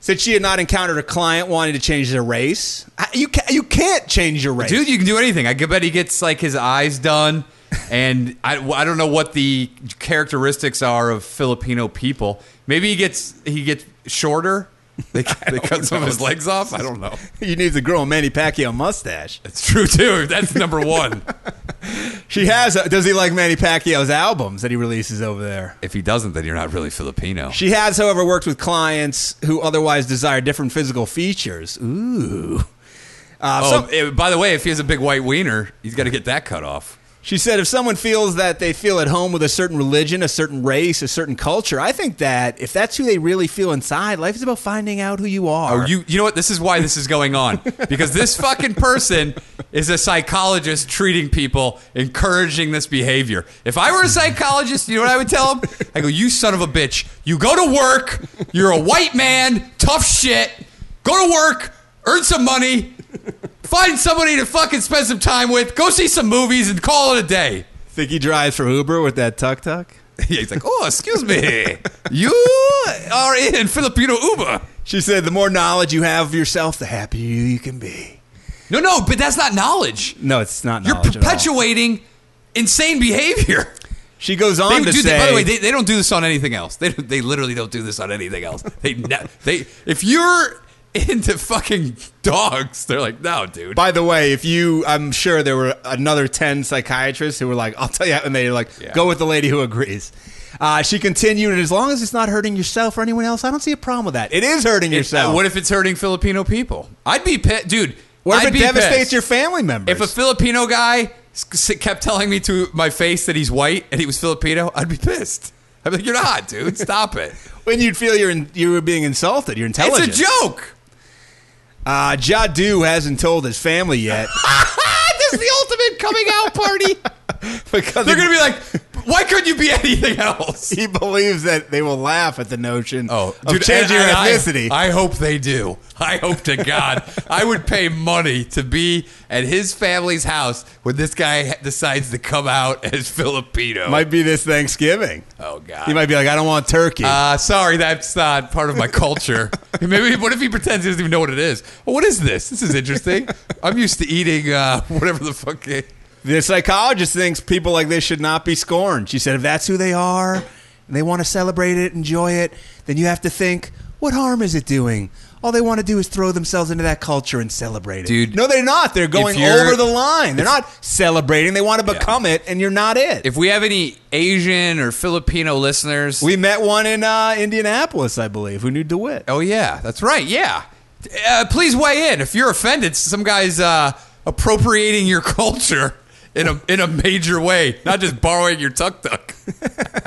Speaker 3: said she had not encountered a client wanting to change their race. I- You ca you can't change your race.
Speaker 2: Dude, you can do anything. I bet he gets like his eyes done, and I, I don't know what the characteristics are of Filipino people. Maybe he gets he gets shorter. They, they cut some of his legs off. I don't know.
Speaker 3: you need to grow a Manny Pacquiao mustache.
Speaker 2: It's true too. That's number one.
Speaker 3: She has. A, does he like Manny Pacquiao's albums that he releases over there?
Speaker 2: if he doesn't, then you're not really Filipino.
Speaker 3: She has, however, worked with clients who otherwise desire different physical features. Ooh. Uh,
Speaker 2: Oh,
Speaker 3: some-
Speaker 2: eh, by the way, if he has a big white wiener, he's got to get that cut off.
Speaker 3: she said, if someone feels that they feel at home with a certain religion, a certain race, a certain culture, I think that if that's who they really feel inside, life is about finding out who you are.
Speaker 2: Oh, you you know what? This is why this is going on because this fucking person is a psychologist treating people, encouraging this behavior. If I were a psychologist, you know what I would tell him? I go, you son of a bitch. You go to work. You're a white man. Tough shit. Go to work. Earn some money. Find somebody to fucking spend some time with. Go see some movies and call it a day.
Speaker 3: Think he drives for Uber with that tuk tuk?
Speaker 2: Yeah, he's like, oh, excuse me. You are in Filipino Uber.
Speaker 3: She said, "The more knowledge you have of yourself, the happier you can be."
Speaker 2: No, no, but that's not knowledge.
Speaker 3: No, it's not.
Speaker 2: You're
Speaker 3: knowledge at all.
Speaker 2: perpetuating insane behavior.
Speaker 3: She goes on
Speaker 2: They
Speaker 3: to
Speaker 2: do
Speaker 3: say,
Speaker 2: that, by the way, they, they don't do this on anything else. They, don't- they literally don't do this on anything else. They, ne- they If you're into fucking dogs, they're like, no, dude.
Speaker 3: By the way, if you, I'm sure there were another 10 psychiatrists who were like, I'll tell you, and they like,
Speaker 2: Yeah.
Speaker 3: go with the lady who agrees. Uh, she continued, and as long as it's not hurting yourself or anyone else, I don't see a problem with that. It is hurting
Speaker 2: If-
Speaker 3: yourself.
Speaker 2: uh, What if it's hurting Filipino people? I'd be pissed. Dude,
Speaker 3: What if
Speaker 2: I'd
Speaker 3: it
Speaker 2: be
Speaker 3: devastates
Speaker 2: pissed.
Speaker 3: your family members?
Speaker 2: If a Filipino guy s- kept telling me to my face that he's white and he was Filipino, I'd be pissed. I'd be like, you're not, dude. Stop it.
Speaker 3: when you'd feel you're in, you were being insulted, you're
Speaker 2: it's a
Speaker 3: intelligent.
Speaker 2: joke.
Speaker 3: Uh, Jadu hasn't told his family yet.
Speaker 2: this is the ultimate coming out party.
Speaker 3: because
Speaker 2: They're going to be like, why couldn't you be anything else?
Speaker 3: he believes that they will laugh at the notion
Speaker 2: Oh,
Speaker 3: of changing
Speaker 2: and-
Speaker 3: your
Speaker 2: and I-
Speaker 3: ethnicity.
Speaker 2: I, hope they do. I hope to God. I would pay money to be at his family's house when this guy decides to come out as Filipino.
Speaker 3: might be this Thanksgiving.
Speaker 2: oh, God.
Speaker 3: He might be like, I don't want turkey.
Speaker 2: Uh, sorry, that's not part of my culture. Maybe what if he pretends he doesn't even know what it is? Well, what is this? This is interesting. I'm used to eating uh, whatever the fuck. It,
Speaker 3: The psychologist thinks people like this should not be scorned. She said, if that's who they are and they want to celebrate it, enjoy it, then you have to think, what harm is it doing? All they want to do is throw themselves into that culture and celebrate it.
Speaker 2: Dude,
Speaker 3: no, they're not. They're going
Speaker 2: you're-
Speaker 3: over the line. They're not celebrating. They want to become it, and you're not it.
Speaker 2: if we have any Asian or Filipino listeners,
Speaker 3: we met one in uh, Indianapolis, I believe, who knew DeWitt.
Speaker 2: oh yeah, that's right, yeah. Uh, please weigh in if you're offended. Some guys uh, appropriating your culture in a in a major way, not just borrowing your tuk tuk.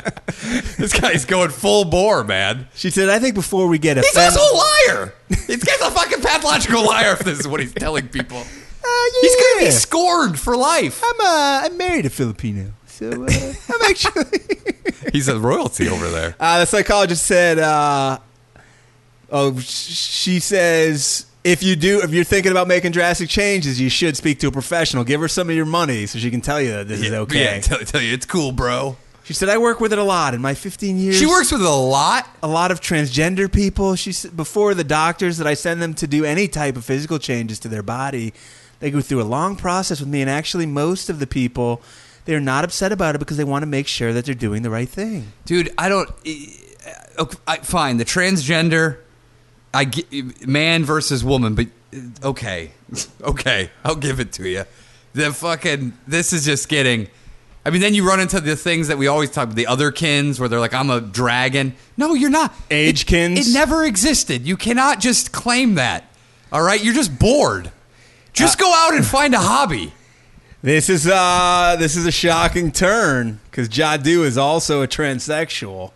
Speaker 2: this guy's going full bore, man.
Speaker 3: She said, I think before we get
Speaker 2: He's
Speaker 3: offended.
Speaker 2: also a liar. This guy's a fucking pathological liar if this is what he's telling people.
Speaker 3: Uh, yeah.
Speaker 2: He's going to be scored for life.
Speaker 3: I'm, uh, I'm married a Filipino, so uh, I'm actually.
Speaker 2: He's a royalty over there.
Speaker 3: Uh, the psychologist said, uh, "Oh, sh- she says if you do, if you're thinking about making drastic changes, you should speak to a professional. Give her some of your money so she can tell you that this is okay."
Speaker 2: Yeah, tell, tell you, it's cool, bro.
Speaker 3: she said, "I work with it a lot in my 15 years.
Speaker 2: She works with a lot.
Speaker 3: a lot of transgender people. She s- before the doctors that I send them to do any type of physical changes to their body, they go through a long process with me, and actually, most of the people." They're not upset about it because they want to make sure that they're doing the right thing.
Speaker 2: Dude, I don't. uh, okay, I, fine, the transgender, I get, man versus woman, but uh, okay, okay, I'll give it to you. The fucking this is just getting. I mean, then you run into the things that we always talk about, the other kins, where they're like, "I'm a dragon." No, you're not.
Speaker 3: Age
Speaker 2: It-
Speaker 3: kins?
Speaker 2: It never existed. You cannot just claim that. All right, you're just bored. Just
Speaker 3: Uh,
Speaker 2: go out and find a hobby.
Speaker 3: This is uh this is a shocking turn because Jadu is also a transsexual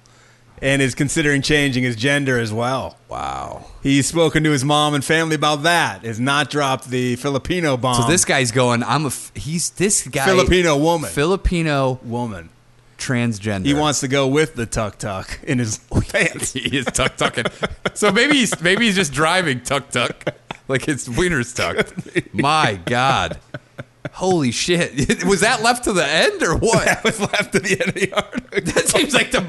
Speaker 3: and is considering changing his gender as well.
Speaker 2: Wow.
Speaker 3: He's spoken to his mom and family about that. Has not dropped the Filipino bomb.
Speaker 2: So this guy's going. I'm a. f- He's this guy.
Speaker 3: Um, Filipino woman.
Speaker 2: Filipino
Speaker 3: woman.
Speaker 2: transgender.
Speaker 3: He wants to go with the tuk tuk in his pants.
Speaker 2: he is tuck tucking. so maybe he's maybe he's just driving tuck tuck, like his wiener's tucked. My God, holy shit! Was that left to the end or what? That was left to the end of the article. That seems like the.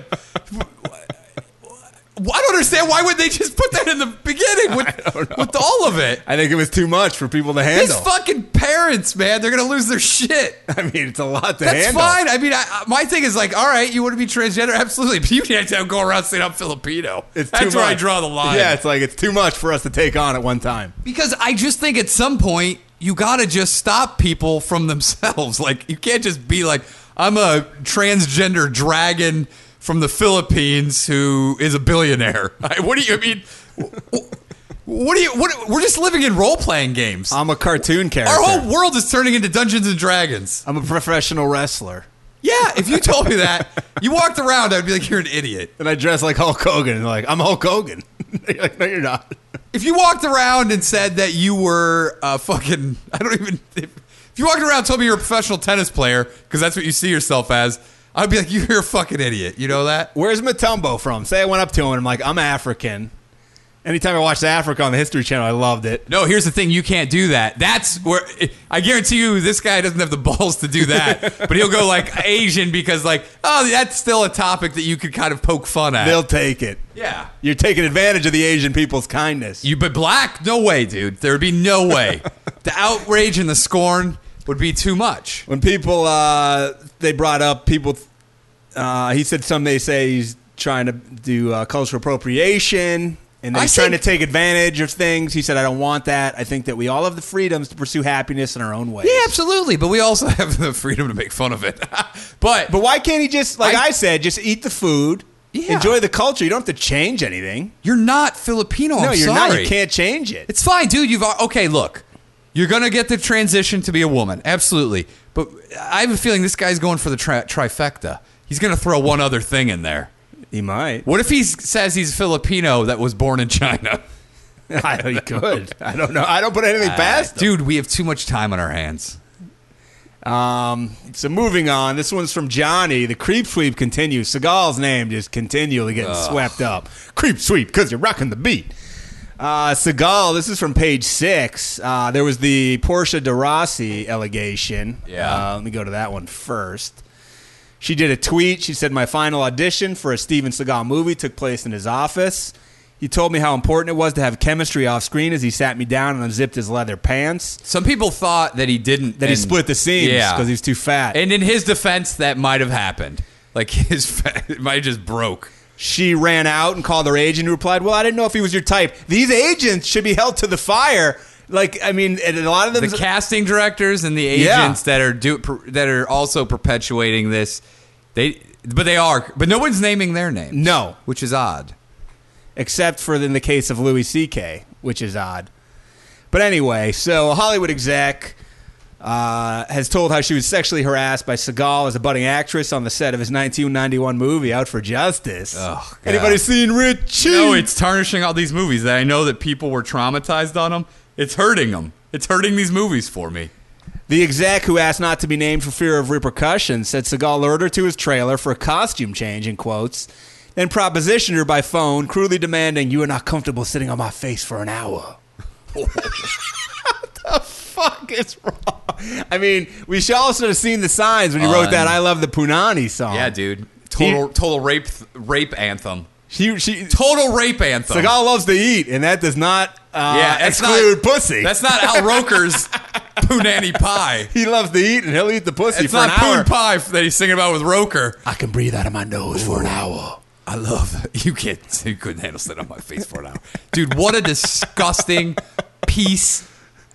Speaker 2: Well, I don't understand why would they just put that in the beginning with, with all of it.
Speaker 3: I think it was too much for people to
Speaker 2: His
Speaker 3: handle.
Speaker 2: fucking parents, man, they're gonna lose their shit.
Speaker 3: I mean, it's a lot to
Speaker 2: That's
Speaker 3: handle.
Speaker 2: fine. I mean, I, I- my thing is like, all right, you want to be transgender? Absolutely. But you can't just go around saying I'm Filipino.
Speaker 3: It's
Speaker 2: That's
Speaker 3: too
Speaker 2: where I
Speaker 3: much.
Speaker 2: draw the line.
Speaker 3: Yeah, it's like it's too much for us to take on at one time.
Speaker 2: Because I just think at some point, you got to just stop people from themselves. Like, you can't just be like, I'm a transgender dragon from the Philippines who is a billionaire. I- What do you I mean? wh- What do you, what, we're just living in role playing games.
Speaker 3: I'm a cartoon character.
Speaker 2: Our whole world is turning into Dungeons and Dragons.
Speaker 3: I'm a professional wrestler.
Speaker 2: Yeah, if you told me that, you walked around, I'd be like, you're an idiot.
Speaker 3: And I dress like Hulk Hogan. And they're like, I'm Hulk Hogan. You're like, no, you're not.
Speaker 2: If you walked around and said that you were a fucking, I don't even, if, If you walked around and told me you're a professional tennis player because that's what you see yourself as, I'd be like, you're a fucking idiot. You know that?
Speaker 3: Where's Matumbo from? Say I went up to him and I'm like, I'm African. Anytime I watched Africa on the History Channel, I loved it.
Speaker 2: No, here's the thing: you can't do that. That's where I guarantee you, this guy doesn't have the balls to do that. but he'll go like Asian because, like, oh, that's still a topic that you could kind of poke fun at.
Speaker 3: They'll take it.
Speaker 2: yeah,
Speaker 3: You're taking advantage of the Asian people's kindness.
Speaker 2: you but black? No way, dude. There would be no way. the outrage and the scorn would be too much.
Speaker 3: when people uh, they brought up people uh, he said some they say he's trying to do uh, cultural appropriation and that
Speaker 2: I
Speaker 3: he's
Speaker 2: think-
Speaker 3: trying to take advantage of things he said i don't want that i think that we all have the freedoms to pursue happiness in our own ways
Speaker 2: Yeah, absolutely. But we also have the freedom to make fun of it. but
Speaker 3: but why can't he just like
Speaker 2: I-
Speaker 3: i, said just eat the food
Speaker 2: Yeah.
Speaker 3: enjoy the culture you don't have to change anything
Speaker 2: you're not Filipino.
Speaker 3: no
Speaker 2: Oh, I'm
Speaker 3: you're not
Speaker 2: sorry.
Speaker 3: you can't change it
Speaker 2: It's fine, dude. You've okay. Look, you're gonna get the transition to be a woman, absolutely. But I have a feeling this guy's going for the tri- trifecta. He's gonna throw one other thing in there.
Speaker 3: he might
Speaker 2: What if he s- says he's Filipino that was born in China?
Speaker 3: I, he could i don't know i don't put anything past him.
Speaker 2: Dude, we have too much time on our hands.
Speaker 3: Um, so moving on, this one's from Johnny. The creep sweep continues. Seagal's name just continually getting swept up. Creep sweep, because you're rocking the beat. Uh, Seagal, this is from page six. Uh, there was the Portia de Rossi allegation.
Speaker 2: Yeah.
Speaker 3: Uh, let me go to that one first. She did a tweet. She said, My final audition for a Steven Seagal movie took place in his office. He told me how important it was to have chemistry off screen as he sat me down and unzipped his leather pants.
Speaker 2: Some people thought that he didn't.
Speaker 3: That he
Speaker 2: and-
Speaker 3: split the seams because
Speaker 2: Yeah.
Speaker 3: he's too fat.
Speaker 2: and in his defense, that might have happened. Like his, fa- it might have just broke.
Speaker 3: She ran out and called her agent, who replied, "Well, I didn't know if he was your type. These agents should be held to the fire. Like, I mean, and a lot of them.
Speaker 2: the casting directors and the
Speaker 3: Yeah.
Speaker 2: agents that are do per, that are also perpetuating this. They but they are but no one's naming their name.
Speaker 3: No.
Speaker 2: which is odd.
Speaker 3: except for in the case of Louis C.K., which is odd. But anyway, so a Hollywood exec uh, has told how she was sexually harassed by Seagal as a budding actress on the set of his 1991 movie Out for Justice.
Speaker 2: Oh, God.
Speaker 3: Anybody seen Richie?
Speaker 2: No, it's tarnishing all these movies that I know that people were traumatized on them. It's hurting them. It's hurting these movies for me.
Speaker 3: The exec who asked not to be named for fear of repercussions said Seagal lured her to his trailer for a costume change, in quotes, then propositioned her by phone, crudely demanding, You are not comfortable sitting on my face for an hour. what the fuck is wrong? I mean, we should also have seen the signs when you wrote that
Speaker 2: Um,
Speaker 3: I Love the Punani song.
Speaker 2: Yeah, dude. Total
Speaker 3: He-
Speaker 2: total rape th- rape anthem.
Speaker 3: She, she,
Speaker 2: Total rape anthem.
Speaker 3: Seagal loves to eat, and that does not uh,
Speaker 2: yeah, that's
Speaker 3: exclude
Speaker 2: not,
Speaker 3: pussy.
Speaker 2: That's not Al Roker's punani pie.
Speaker 3: he loves to eat, and he'll eat the pussy
Speaker 2: It's
Speaker 3: for
Speaker 2: not
Speaker 3: an hour.
Speaker 2: poon pie that he's singing about with Roker.
Speaker 3: I can breathe out of my nose for an hour.
Speaker 2: I love you can't you couldn't handle sit on my face for an hour. Dude, what a disgusting piece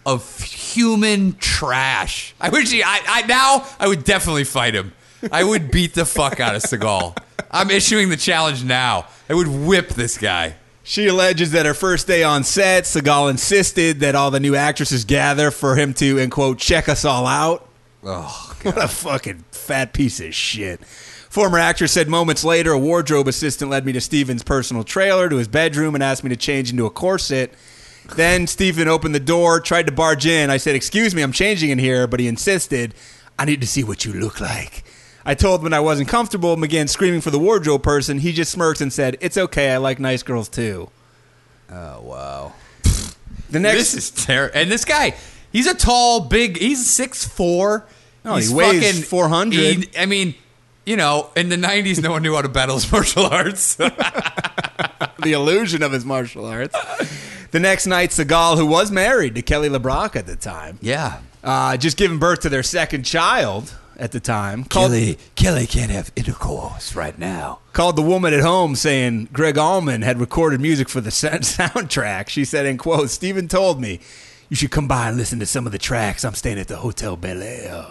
Speaker 2: of human trash. I wish he I, I now I would definitely fight him. I would beat the fuck out of Seagal. I'm issuing the challenge now. I would whip this guy.
Speaker 3: She alleges that her first day on set, Seagal insisted that all the new actresses gather for him to, in quote, check us all out.
Speaker 2: Oh,
Speaker 3: What a fucking fat piece of shit. Former actress said moments later, a wardrobe assistant led me to Steven's personal trailer to his bedroom and asked me to change into a corset. Then Steven opened the door, tried to barge in. I said, Excuse me, I'm changing in here, but he insisted, I need to see what you look like. I told him I wasn't comfortable and began screaming for the wardrobe person. He just smirked and said, It's okay, I like nice girls too.
Speaker 2: oh wow.
Speaker 3: The next
Speaker 2: this is terrible. And this guy, he's a tall, big. He's six four.
Speaker 3: No, he weighs 400.
Speaker 2: I mean, you know, in the '90s, no one knew how to battle his martial arts.
Speaker 3: the illusion of his martial arts. The next night, Seagal, who was married to Kelly LeBrock at the time,
Speaker 2: yeah,
Speaker 3: uh, just giving birth to their second child at the time, called,
Speaker 2: Kelly can't have intercourse right now.
Speaker 3: called the woman at home saying Greg Allman had recorded music for the sa- soundtrack. She said, in quote, Steven told me, you should come by and listen to some of the tracks. I'm staying at the Hotel Bel Air.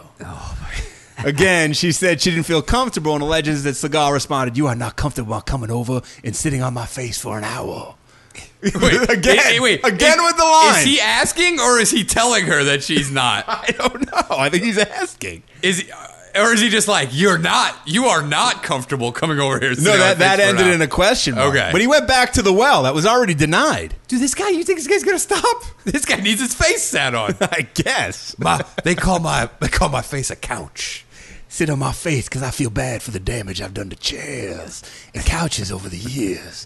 Speaker 3: Again, she said she didn't feel comfortable, and alleges that Seagal responded, You are not comfortable about coming over and sitting on my face for an hour.
Speaker 2: Wait,
Speaker 3: again,
Speaker 2: eh, eh, wait,
Speaker 3: again
Speaker 2: is-
Speaker 3: with the line.
Speaker 2: Is he asking or is he telling her that she's not?
Speaker 3: Oh, I don't know. I think he's asking.
Speaker 2: Is he, or is he just like you're not? You are not comfortable coming over here.
Speaker 3: No, that, that ended in a question. Mark.
Speaker 2: Okay.
Speaker 3: But he went back to the well. That was already denied.
Speaker 2: dude. This guy, you think this guy's gonna stop? This guy needs his face sat on.
Speaker 3: I guess.
Speaker 2: my, they call my they call my face a couch.
Speaker 3: Sit on my face because I feel bad for the damage I've done to chairs and couches over the years.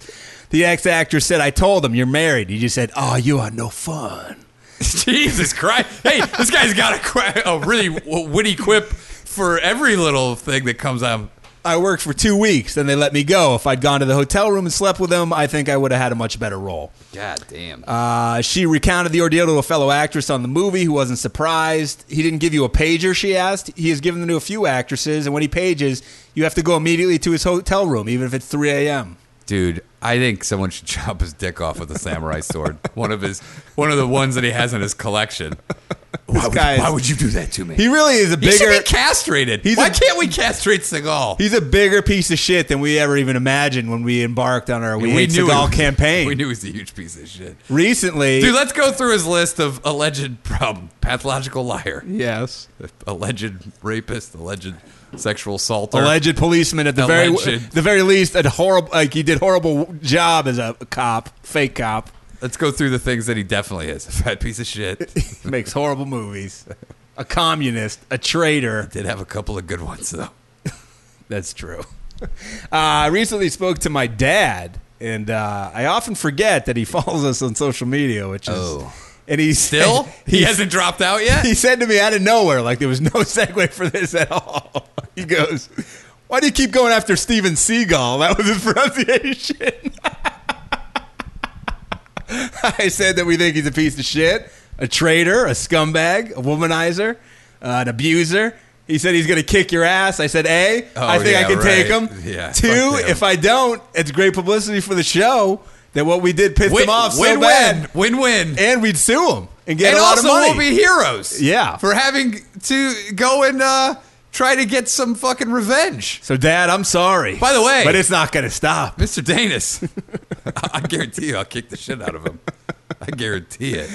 Speaker 3: The ex actor said, I told him you're married. He just said, Oh, you are no fun.
Speaker 2: Jesus Christ! Hey, this guy's got a, qu- a really w- witty quip for every little thing that comes out.
Speaker 3: I worked for two weeks, then they let me go. If I'd gone to the hotel room and slept with him, I think I would have had a much better role.
Speaker 2: God damn.
Speaker 3: Uh, she recounted the ordeal to a fellow actress on the movie who wasn't surprised. He didn't give you a pager, she asked. He has given them to a few actresses, and when he pages, you have to go immediately to his hotel room, even if it's 3 a.m.
Speaker 2: Dude, I think someone should chop his dick off with a samurai sword. one of his, one of the ones that he has in his collection. Why would,
Speaker 3: guy is-
Speaker 2: why would you do that to me?
Speaker 3: He really is a
Speaker 2: He
Speaker 3: bigger.
Speaker 2: should be castrated.
Speaker 3: He's
Speaker 2: why
Speaker 3: a-
Speaker 2: can't we castrate Seagal?
Speaker 3: He's a bigger piece of shit than we ever even imagined when we embarked on our We, Hate
Speaker 2: he
Speaker 3: Seagal
Speaker 2: was-
Speaker 3: campaign.
Speaker 2: We knew he was a huge piece of shit.
Speaker 3: Recently,
Speaker 2: Dude, let's go through his list of alleged problem. Pathological liar,
Speaker 3: yes,
Speaker 2: alleged rapist, alleged sexual assaulter.
Speaker 3: alleged policeman at the very
Speaker 2: Alleged.
Speaker 3: the very least, a horrible like he did horrible job as a cop, fake cop,
Speaker 2: Let's go through the things that he definitely is. A fat piece of shit.
Speaker 3: makes horrible movies, a communist, a traitor.
Speaker 2: Did have a couple of good ones though.
Speaker 3: That's true. Uh, I recently spoke to my dad, and uh, I often forget that he follows us on social media, which is.
Speaker 2: Oh.
Speaker 3: And he
Speaker 2: Still,
Speaker 3: said,
Speaker 2: he hasn't dropped out yet.
Speaker 3: He said to me out of nowhere, like there was no segue for this at all. He goes, "Why do you keep going after Steven Seagal?" That was his pronunciation. I said that we think he's a piece of shit, a traitor, a scumbag, a womanizer, uh, an abuser. He said he's going to kick your ass. I said, A,
Speaker 2: Oh,
Speaker 3: I think I
Speaker 2: yeah,
Speaker 3: can take him.
Speaker 2: right. Yeah,
Speaker 3: Two,
Speaker 2: fuck them.
Speaker 3: if I don't, it's great publicity for the show that what we did pissed him off so bad.
Speaker 2: win, win, win.
Speaker 3: And we'd sue him and get
Speaker 2: And
Speaker 3: a lot
Speaker 2: also,
Speaker 3: of money.
Speaker 2: we'll be heroes.
Speaker 3: Yeah.
Speaker 2: for having to go and uh, try to get some fucking revenge,
Speaker 3: So, Dad, I'm sorry.
Speaker 2: By the way-
Speaker 3: but it's not going to stop.
Speaker 2: Mister Danis. I I guarantee you, I'll kick the shit out of him. I guarantee it.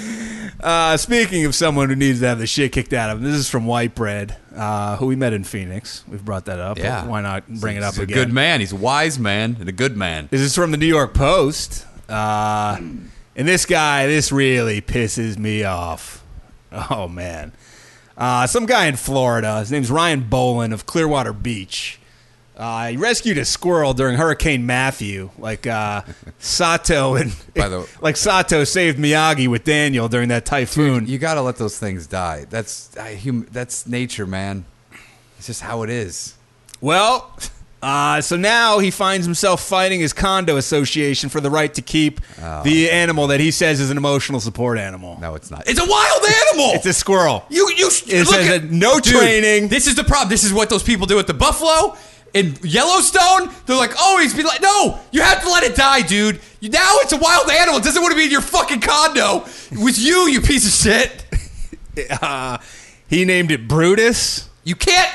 Speaker 3: Uh, speaking of someone who needs to have the shit kicked out of him, this is from White Bread, uh, who we met in Phoenix. We've brought that up.
Speaker 2: Yeah,
Speaker 3: why not bring it up
Speaker 2: He's a
Speaker 3: again?
Speaker 2: good man. He's a wise man and a good man.
Speaker 3: This is from the New York Post, uh, and this guy, this really pisses me off. Oh man, uh, some guy in Florida. His name's Ryan Bolin of Clearwater Beach. Uh, he rescued a squirrel during Hurricane Matthew, like uh, Sato and
Speaker 2: By the-
Speaker 3: like Sato saved Miyagi with Daniel during that typhoon.
Speaker 2: You got to let those things die. That's I, hum, that's nature, man. It's just how it is.
Speaker 3: Well, uh, so now he finds himself fighting his condo association for the right to keep
Speaker 2: Oh,
Speaker 3: the animal that he says is an emotional support animal.
Speaker 2: No, it's not. It's a wild animal.
Speaker 3: It's a squirrel.
Speaker 2: you you sh-
Speaker 3: It
Speaker 2: look
Speaker 3: says
Speaker 2: at-
Speaker 3: that no
Speaker 2: Dude,
Speaker 3: training.
Speaker 2: This is the problem. This is what those people do at the Buffalo in Yellowstone. They're like, oh, he's be like, no, you have to let it die, dude. You, now it's a wild animal. It doesn't want to be in your fucking condo with you, you piece of shit.
Speaker 3: Uh, he named it Brutus.
Speaker 2: You can't,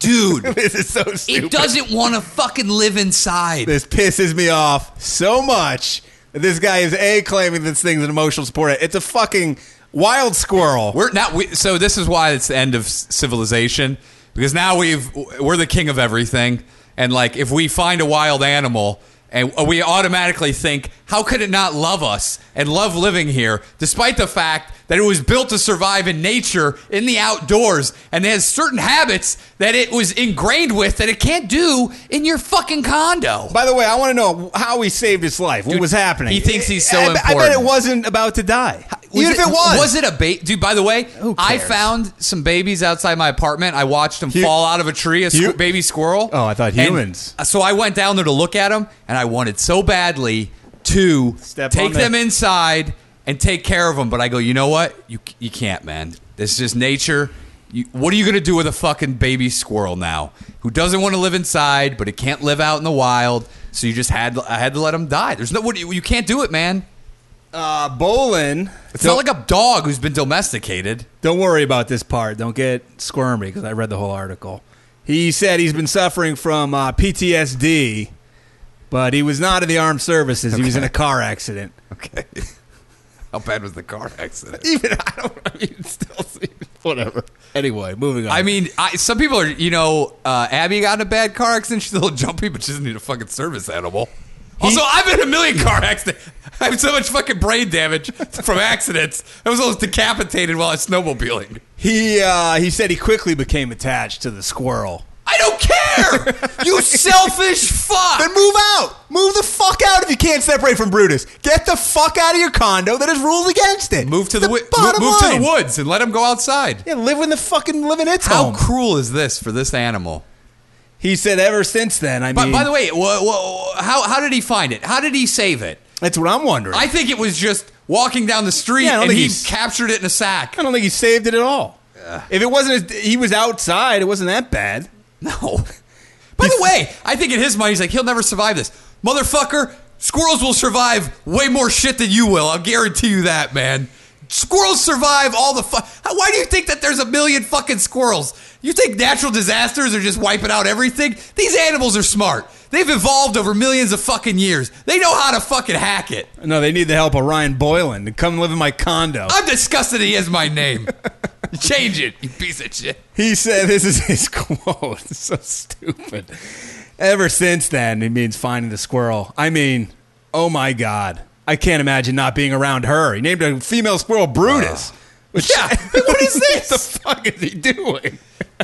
Speaker 2: dude.
Speaker 3: This is so stupid.
Speaker 2: It doesn't want to fucking live inside.
Speaker 3: This pisses me off so much. that This guy is a claiming this thing's an emotional support. It's a fucking wild squirrel.
Speaker 2: We're now we, so this is why it's the end of c- civilization because now we've we're the king of everything and like if we find a wild animal and uh, we automatically think how could it not love us and love living here despite the fact that it was built to survive in nature in the outdoors and it has certain habits that it was ingrained with that it can't do in your fucking condo.
Speaker 3: By the way, I want to know how he saved his life. What
Speaker 2: Dude,
Speaker 3: was happening?
Speaker 2: he thinks he's so
Speaker 3: I, I bet it
Speaker 2: important.
Speaker 3: wasn't about to die.
Speaker 2: Was
Speaker 3: Even if it was,
Speaker 2: was it a baby? Dude, by the way,
Speaker 3: Who
Speaker 2: I
Speaker 3: cares?
Speaker 2: found some babies outside my apartment. I watched them
Speaker 3: Hu-
Speaker 2: fall out of a tree, a squ-
Speaker 3: Hu-
Speaker 2: baby squirrel.
Speaker 3: Oh, I thought
Speaker 2: And- uh,
Speaker 3: humans.
Speaker 2: so I went down there to look at them, and I wanted so badly to
Speaker 3: Step
Speaker 2: take
Speaker 3: on the-
Speaker 2: them inside and take care of them. But I go, you know what? You you can't, man. This is just nature. You, what are you gonna do with a fucking baby squirrel now, who doesn't want to live inside, but it can't live out in the wild? So you just had I had to let him die. There's no what you you can't do it, man.
Speaker 3: Uh, Bolin.
Speaker 2: It's not like a dog who's been domesticated.
Speaker 3: Don't worry about this part. Don't get squirmy because I read the whole article. He said he's been suffering from uh, PTSD, but he was not in the armed services. He was in a car accident.
Speaker 2: Okay. How bad was the car accident?
Speaker 3: Even I don't. I mean, it still seems. Whatever. Anyway, moving on.
Speaker 2: I mean, I, some people are, you know, uh, Abby got in a bad car accident. She's a little jumpy, but she doesn't need a fucking service animal. also, I've been in a million car accidents. I have so much fucking brain damage from accidents. I was almost decapitated while I was snowmobiling.
Speaker 3: he uh, he said he quickly became attached to the squirrel.
Speaker 2: I don't care, you selfish
Speaker 3: Ah, Then
Speaker 2: fuck.
Speaker 3: move out. Move the fuck out if you can't separate from Brutus. Get the fuck out of your condo that has rules against it.
Speaker 2: Move to the, wi-
Speaker 3: bottom
Speaker 2: move, to
Speaker 3: line.
Speaker 2: the woods and let him go outside.
Speaker 3: Yeah, live in the fucking live in its
Speaker 2: How
Speaker 3: home.
Speaker 2: cruel is this for this animal?
Speaker 3: he said ever since then. I
Speaker 2: But
Speaker 3: mean,
Speaker 2: by the way, wha- wha- how how did he find it? How did he save it?
Speaker 3: that's what I'm wondering.
Speaker 2: I think it was just walking down the street
Speaker 3: Yeah, I don't
Speaker 2: and
Speaker 3: think
Speaker 2: he
Speaker 3: he's-
Speaker 2: captured it in a sack.
Speaker 3: I don't think he saved it at all. if it wasn't, as, he was outside. It wasn't that bad.
Speaker 2: No. By the way, I think in his mind he's like he'll never survive this. Motherfucker, squirrels will survive way more shit than you will. I'll guarantee you that, man. Squirrels survive all the fuck. Why do you think that there's a million fucking squirrels? You think natural disasters are just wiping out everything? These animals are smart. They've evolved over millions of fucking years. They know how to fucking hack it.
Speaker 3: No, they need the help of Ryan Boylan to come live in my condo.
Speaker 2: I'm disgusted he has my name. Change it, you piece of shit.
Speaker 3: He said, "This is his quote." It's so stupid. Ever since then, it means finding the squirrel. I mean, oh my god, I can't imagine not being around her. He named a female squirrel Brutus. which,
Speaker 2: Yeah, what is this?
Speaker 3: the fuck is he doing?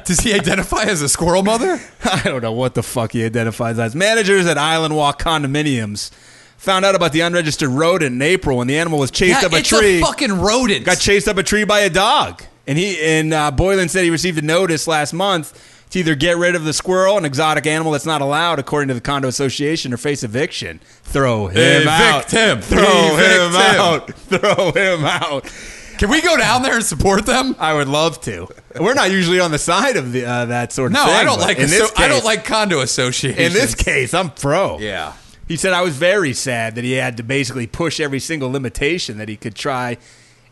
Speaker 2: Does he identify as a squirrel mother?
Speaker 3: I don't know what the fuck he identifies as. Managers at Island Walk condominiums found out about the unregistered rodent in April when the animal was chased
Speaker 2: Yeah,
Speaker 3: up a
Speaker 2: it's
Speaker 3: tree.
Speaker 2: a fucking rodent.
Speaker 3: got chased up a tree by a dog. And he and uh, Boylan said he received a notice last month to either get rid of the squirrel, an exotic animal that's not allowed according to the condo association, or face eviction. Throw him
Speaker 2: Evict
Speaker 3: out.
Speaker 2: him.
Speaker 3: Throw
Speaker 2: Evict
Speaker 3: him,
Speaker 2: him.
Speaker 3: out. Throw him out.
Speaker 2: Can we go down there and support them?
Speaker 3: I would love to. We're not usually on the side of the, uh, that sort of
Speaker 2: No,
Speaker 3: thing.
Speaker 2: I don't
Speaker 3: but
Speaker 2: like.
Speaker 3: in
Speaker 2: asso-
Speaker 3: this
Speaker 2: I don't
Speaker 3: case-
Speaker 2: like condo associations.
Speaker 3: in this case, I'm pro.
Speaker 2: yeah.
Speaker 3: He said, I was very sad that he had to basically push every single limitation that he could try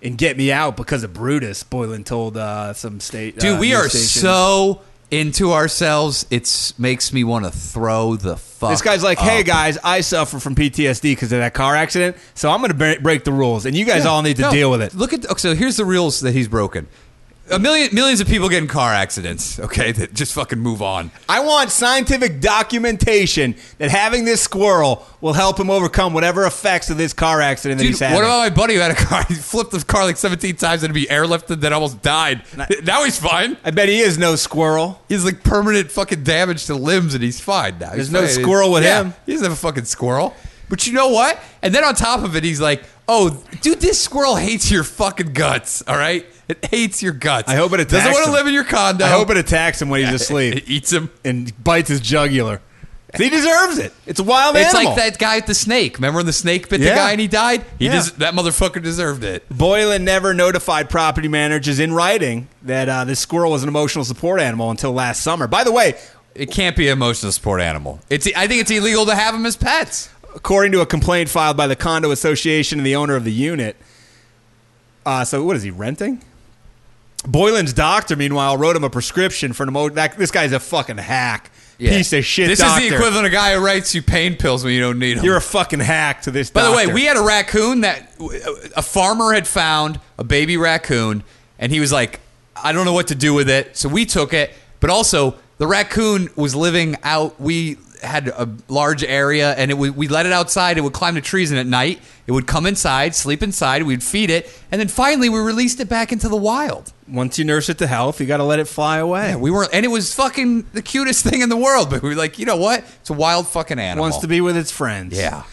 Speaker 3: and get me out because of Brutus, Boylan told uh, some state.
Speaker 2: Dude,
Speaker 3: uh,
Speaker 2: we
Speaker 3: news
Speaker 2: are
Speaker 3: station.
Speaker 2: so into ourselves. It makes me want to throw the fuck.
Speaker 3: This guy's like, hey,
Speaker 2: up."
Speaker 3: guys, I suffer from PTSD because of that car accident, so I'm going to bre- break the rules, and you guys all need to
Speaker 2: No,
Speaker 3: deal with it.
Speaker 2: Look at okay, so here's the rules that he's broken. A million millions of people get in car accidents. Okay, that just fucking move on.
Speaker 3: I want scientific documentation that having this squirrel will help him overcome whatever effects of this car accident that
Speaker 2: Dude,
Speaker 3: he's having.
Speaker 2: what about my buddy who had a car? He flipped the car like 17 times and he airlifted, then almost died. now he's fine.
Speaker 3: I bet he is no squirrel.
Speaker 2: He's like permanent fucking damage to limbs, and he's fine now. He's
Speaker 3: There's no
Speaker 2: fine.
Speaker 3: squirrel with
Speaker 2: Yeah,
Speaker 3: him.
Speaker 2: He doesn't have a fucking squirrel. But you know what? And then on top of it, he's like, "Oh, dude, this squirrel hates your fucking guts. All right, it hates your guts.
Speaker 3: I hope it
Speaker 2: doesn't
Speaker 3: attacks
Speaker 2: want to
Speaker 3: him.
Speaker 2: live in your condo.
Speaker 3: I hope it attacks him when he's asleep.
Speaker 2: it eats him.
Speaker 3: and bites his jugular. He deserves it. It's a wild
Speaker 2: It's
Speaker 3: animal.
Speaker 2: like that guy with the snake. Remember when the snake bit
Speaker 3: Yeah.
Speaker 2: the guy and he died? He
Speaker 3: Yeah.
Speaker 2: des- that motherfucker deserved it.
Speaker 3: Boylan never notified property managers in writing that uh, this squirrel was an emotional support animal until last summer. By the way,
Speaker 2: It can't be an emotional support animal. It's e, I think it's illegal to have them as pets.
Speaker 3: according to a complaint filed by the condo association and the owner of the unit, uh, so what is he renting? Boylan's doctor, meanwhile, wrote him a prescription for an emotion. This guy's a fucking hack, piece of shit.
Speaker 2: This
Speaker 3: doctor.
Speaker 2: is the equivalent of a guy who writes you pain pills when you don't need them.
Speaker 3: You're a fucking hack to this.
Speaker 2: By the way,
Speaker 3: doctor.
Speaker 2: we had a raccoon that a farmer had found a baby raccoon, and he was like, I don't know what to do with it. So we took it, but also the raccoon was living out. We had a large area, and it would, we let it outside. It would climb the trees, and at night it would come inside, sleep inside. We'd feed it, and then finally we released it back into the wild.
Speaker 3: once you nurse it to health, you got to let it fly away.
Speaker 2: We weren't, and it was fucking the cutest thing in the world. But we were like, you know what? It's a wild fucking animal.
Speaker 3: wants to be with its friends.
Speaker 2: Yeah.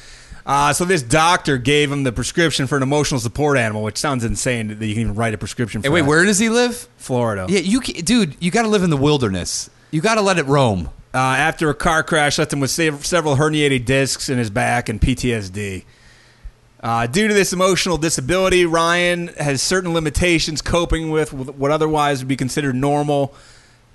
Speaker 3: Uh, so this doctor gave him the prescription for an emotional support animal, which sounds insane that you can even write a prescription for.
Speaker 2: Hey, wait,
Speaker 3: that.
Speaker 2: where does he live?
Speaker 3: Florida.
Speaker 2: Yeah, you ca dude, you got to live in the wilderness. You got to let it roam.
Speaker 3: Uh, after a car crash left him with sev- several herniated discs in his back and PTSD. Uh, due to this emotional disability, Ryan has certain limitations coping with what otherwise would be considered normal,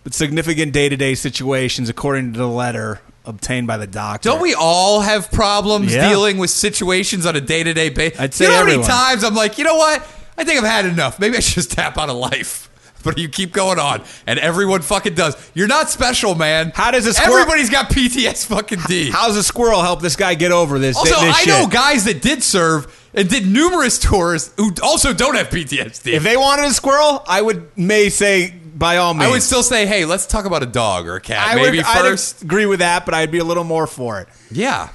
Speaker 3: but significant day to day situations, according to the letter obtained by the doctor.
Speaker 2: Don't we all have problems
Speaker 3: Yeah.
Speaker 2: dealing with situations on a day to day basis?
Speaker 3: I'd say
Speaker 2: you know
Speaker 3: everyone.
Speaker 2: how many times I'm like, you know what? I think I've had enough. Maybe I should just tap out of life. But you keep going on, and everyone fucking does. You're not special, man.
Speaker 3: How does a squirrel-
Speaker 2: everybody's got PTS fucking D?
Speaker 3: How's a squirrel help this guy get over this?
Speaker 2: also,
Speaker 3: this
Speaker 2: I
Speaker 3: shit?
Speaker 2: know guys that did serve. and did numerous tours who also don't have PTSD.
Speaker 3: If they wanted a squirrel, I would may say by all means.
Speaker 2: I would still say, hey, let's talk about a dog or a cat.
Speaker 3: I
Speaker 2: maybe
Speaker 3: would, I'd
Speaker 2: first.
Speaker 3: agree with that, but I'd be a little more for it.
Speaker 2: yeah.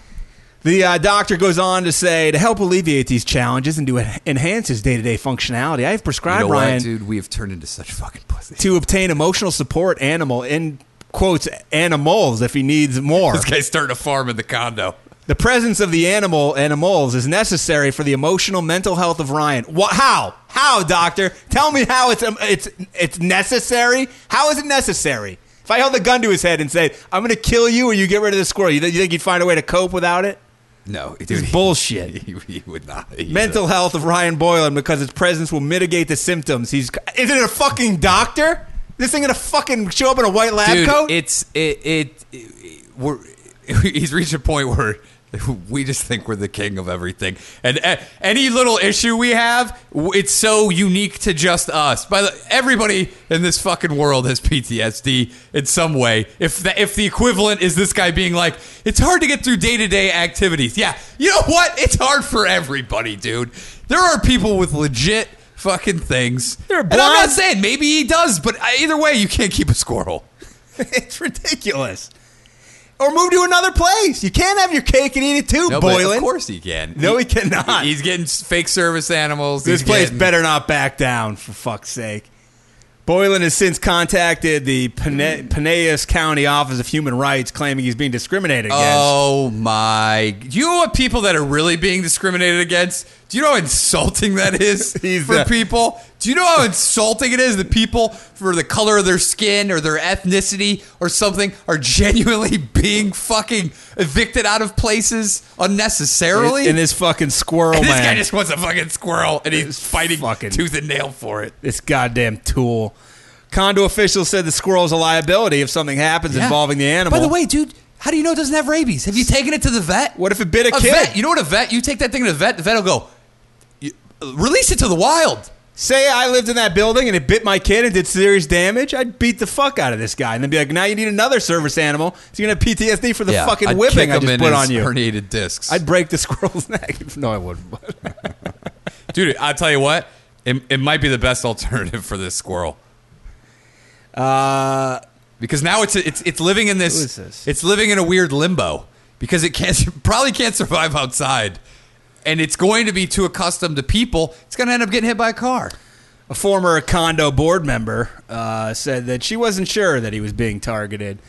Speaker 3: The uh, doctor goes on to say, to help alleviate these challenges and to en- enhance his day to day functionality, I have prescribed
Speaker 2: You know
Speaker 3: Ryan
Speaker 2: what, dude? We have turned into such fucking pussies.
Speaker 3: to obtain emotional support animal in quotes animals if he needs more.
Speaker 2: This guy's starting a farm in the condo.
Speaker 3: the presence of the animal animals is necessary for the emotional mental health of Ryan. What? How? How, doctor? Tell me how it's um, it's it's necessary. How is it necessary? If I held a gun to his head and said, "I'm going to kill you," or you get rid of the squirrel, you, th- you think he'd find a way to cope without it?
Speaker 2: No, dude,
Speaker 3: It's
Speaker 2: he-
Speaker 3: bullshit.
Speaker 2: He, he would not. he-
Speaker 3: mental health of Ryan Boylan because its presence will mitigate the symptoms. He's isn't it a fucking doctor? This thing gonna fucking show up in a white lab
Speaker 2: dude,
Speaker 3: coat?
Speaker 2: it's it, it it we're he's reached a point where we just think we're the king of everything, and a- any little issue we have, w- it's so unique to just us. By the everybody in this fucking world has PTSD in some way. If the, if the equivalent is this guy being like, it's hard to get through day to day activities. Yeah, you know what? It's hard for everybody, dude. There are people with legit fucking things.
Speaker 3: There are
Speaker 2: and I'm not
Speaker 3: blondes-
Speaker 2: saying maybe he does, but I- either way, you can't keep a squirrel.
Speaker 3: it's ridiculous. Or move to another place. You can't have your cake and eat it too,
Speaker 2: No, but
Speaker 3: Boylan.
Speaker 2: Of course he can.
Speaker 3: No, he cannot.
Speaker 2: He's getting fake service animals.
Speaker 3: this
Speaker 2: He's
Speaker 3: place
Speaker 2: getting-
Speaker 3: better not back down, for fuck's sake. Boylan has since contacted the Pana- Pinellas County Office of Human Rights, claiming he's being discriminated against.
Speaker 2: Oh my! Do you know what people that are really being discriminated against? Do you know how insulting that is
Speaker 3: He's uh,
Speaker 2: for
Speaker 3: the-
Speaker 2: people? Do you know how insulting it is that people, for the color of their skin or their ethnicity or something, are genuinely being fucking evicted out of places unnecessarily?
Speaker 3: in this fucking squirrel
Speaker 2: And this
Speaker 3: man.
Speaker 2: guy just wants a fucking squirrel, and he's fighting
Speaker 3: fucking-
Speaker 2: tooth and nail for it.
Speaker 3: this goddamn tool. Condo officials said the squirrel's a liability if something happens involving the animal.
Speaker 2: By the way, dude, how do you know it doesn't have rabies? Have you taken it to the vet?
Speaker 3: what if it bit a,
Speaker 2: a
Speaker 3: kid?
Speaker 2: vet? You know what a vet? You take that thing to the vet. The vet will go, "You- release it to the wild.
Speaker 3: Say I lived in that building and it bit my kid and did serious damage, I'd beat the fuck out of this guy and then be like, now you need another service animal. So you're gonna have PTSD for the fucking whipping I just put on you.
Speaker 2: herniated discs.
Speaker 3: I'd break the squirrel's neck. No, I wouldn't.
Speaker 2: dude, I tell you what, it, it might be the best alternative for this squirrel.
Speaker 3: Uh,
Speaker 2: because now it's it's it's living in this,
Speaker 3: Who is this?
Speaker 2: it's living in a weird limbo because it can't probably can't survive outside and it's going to be too accustomed to people it's going to end up getting hit by a car
Speaker 3: a former condo board member uh, said that she wasn't sure that he was being targeted.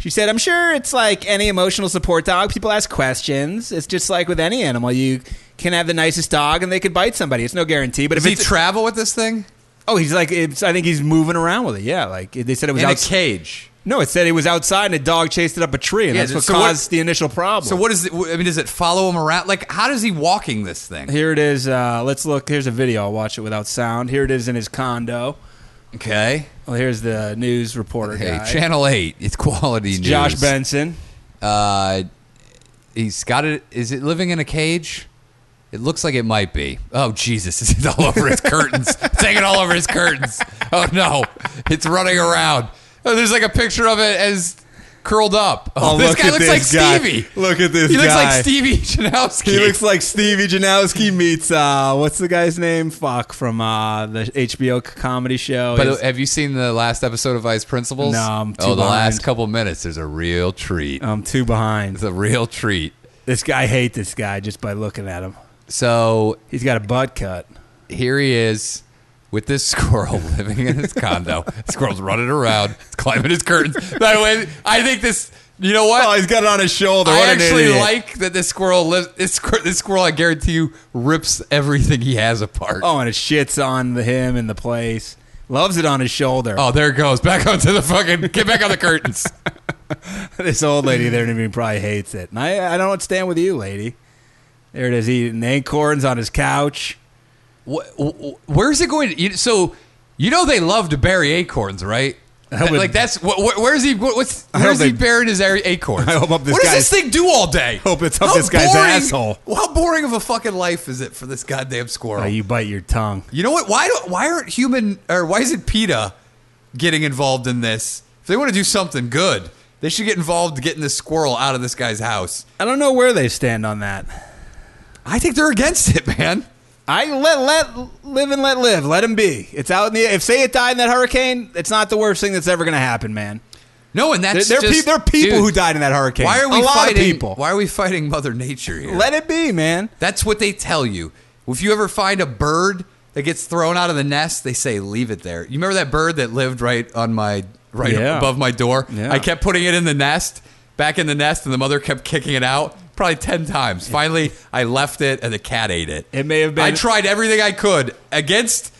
Speaker 3: She said, "I'm sure it's like any emotional support dog. People ask questions. It's just like with any animal. You can have the nicest dog, and they could bite somebody. It's no guarantee. But
Speaker 2: does
Speaker 3: if
Speaker 2: he
Speaker 3: it's
Speaker 2: travel with this thing
Speaker 3: oh, he's like, it's, I think he's moving around with it. Yeah, like they said it was
Speaker 2: in a
Speaker 3: outside.
Speaker 2: cage
Speaker 3: no, it said it was outside, and a dog chased it up a tree, and
Speaker 2: Yeah,
Speaker 3: that's what
Speaker 2: so what-
Speaker 3: caused the initial problem.
Speaker 2: So what is it? I mean, does it follow him around? Like, how does he walking this thing?
Speaker 3: Here it is. Uh, let's look. Here's a video. I'll watch it without sound. Here it is in his condo.
Speaker 2: Okay.
Speaker 3: Well, here's the news reporter
Speaker 2: Hey,
Speaker 3: guy.
Speaker 2: Channel Eight. It's quality news.
Speaker 3: Josh Benson.
Speaker 2: Uh, he's got it. Is it living in a cage? It looks like it might be. Oh Jesus! It's all over his curtains. Take it all over his curtains. Oh no! It's running around. Oh, there's like a picture of it as curled up. Oh,
Speaker 3: Oh,
Speaker 2: this
Speaker 3: look
Speaker 2: guy
Speaker 3: at
Speaker 2: looks
Speaker 3: this
Speaker 2: like
Speaker 3: guy.
Speaker 2: Stevie.
Speaker 3: Look at this
Speaker 2: He looks
Speaker 3: guy.
Speaker 2: like Stevie Janowski.
Speaker 3: He looks like Stevie Janowski meets uh, what's the guy's name? Fuck from uh, the HBO c- comedy show.
Speaker 2: By the
Speaker 3: He's-
Speaker 2: way, have you seen the last episode of Vice Principals?
Speaker 3: No, I'm too
Speaker 2: Oh, the
Speaker 3: behind.
Speaker 2: last
Speaker 3: Uh.
Speaker 2: couple minutes, there's a real treat.
Speaker 3: I'm too behind.
Speaker 2: It's a real treat.
Speaker 3: um, This guy I hate this guy just by looking at him.
Speaker 2: So
Speaker 3: He's got a butt cut.
Speaker 2: here he is with this squirrel living in his condo. squirrel's running around, it's climbing his curtains. By the way, I think this. You know what?
Speaker 3: Oh, he's got it on his shoulder.
Speaker 2: I
Speaker 3: What an
Speaker 2: actually
Speaker 3: idiot.
Speaker 2: like that this squirrel lives. This, squir- this squirrel, I guarantee you, rips everything he has apart.
Speaker 3: Oh, and it shits on the him and the place. Loves it on his shoulder.
Speaker 2: Oh, there it goes. Back onto the fucking. Get back on the curtains.
Speaker 3: this old lady there in him probably hates it. And I, I don't stand with you, lady. There it is, eating acorns on his couch.
Speaker 2: Wh- wh- where's it going? you, so you know they love to bury acorns, right?
Speaker 3: I would-
Speaker 2: like that's wh- wh- where's he? What, what's
Speaker 3: hope
Speaker 2: where's he
Speaker 3: they-
Speaker 2: buried his ar- acorns?
Speaker 3: I hope up this
Speaker 2: what does
Speaker 3: guy's-
Speaker 2: this thing do all day?
Speaker 3: hope it's up this guy's
Speaker 2: boring,
Speaker 3: asshole.
Speaker 2: How boring of a fucking life is it for this goddamn squirrel?
Speaker 3: Oh,
Speaker 2: you,
Speaker 3: you bite your tongue.
Speaker 2: know what? Why don't why aren't human or why isn't PETA getting involved in this? If they want to do something good, they should get involved in getting this squirrel out of this guy's house.
Speaker 3: I don't know where they stand on that.
Speaker 2: I think they're against it, man.
Speaker 3: I let let live and let live. Let him be. It's out in the. If say it died in that hurricane, it's not the worst thing that's ever going to happen, man.
Speaker 2: No, and
Speaker 3: There,
Speaker 2: that's
Speaker 3: there, are
Speaker 2: just-
Speaker 3: pe- there are people
Speaker 2: dude,
Speaker 3: who died in that hurricane.
Speaker 2: Why are we
Speaker 3: a lot
Speaker 2: fighting?
Speaker 3: Of people.
Speaker 2: Why are we fighting Mother Nature here?
Speaker 3: Let it be, man.
Speaker 2: That's what they tell you. If you ever find a bird that gets thrown out of the nest, they say leave it there. You remember that bird that lived right on my right
Speaker 3: Yeah.
Speaker 2: above my door?
Speaker 3: Yeah.
Speaker 2: I kept putting it in the nest, back in the nest, and the mother kept kicking it out probably 10 times. Finally, I left it and the cat ate it.
Speaker 3: It may have been-
Speaker 2: I tried everything I could against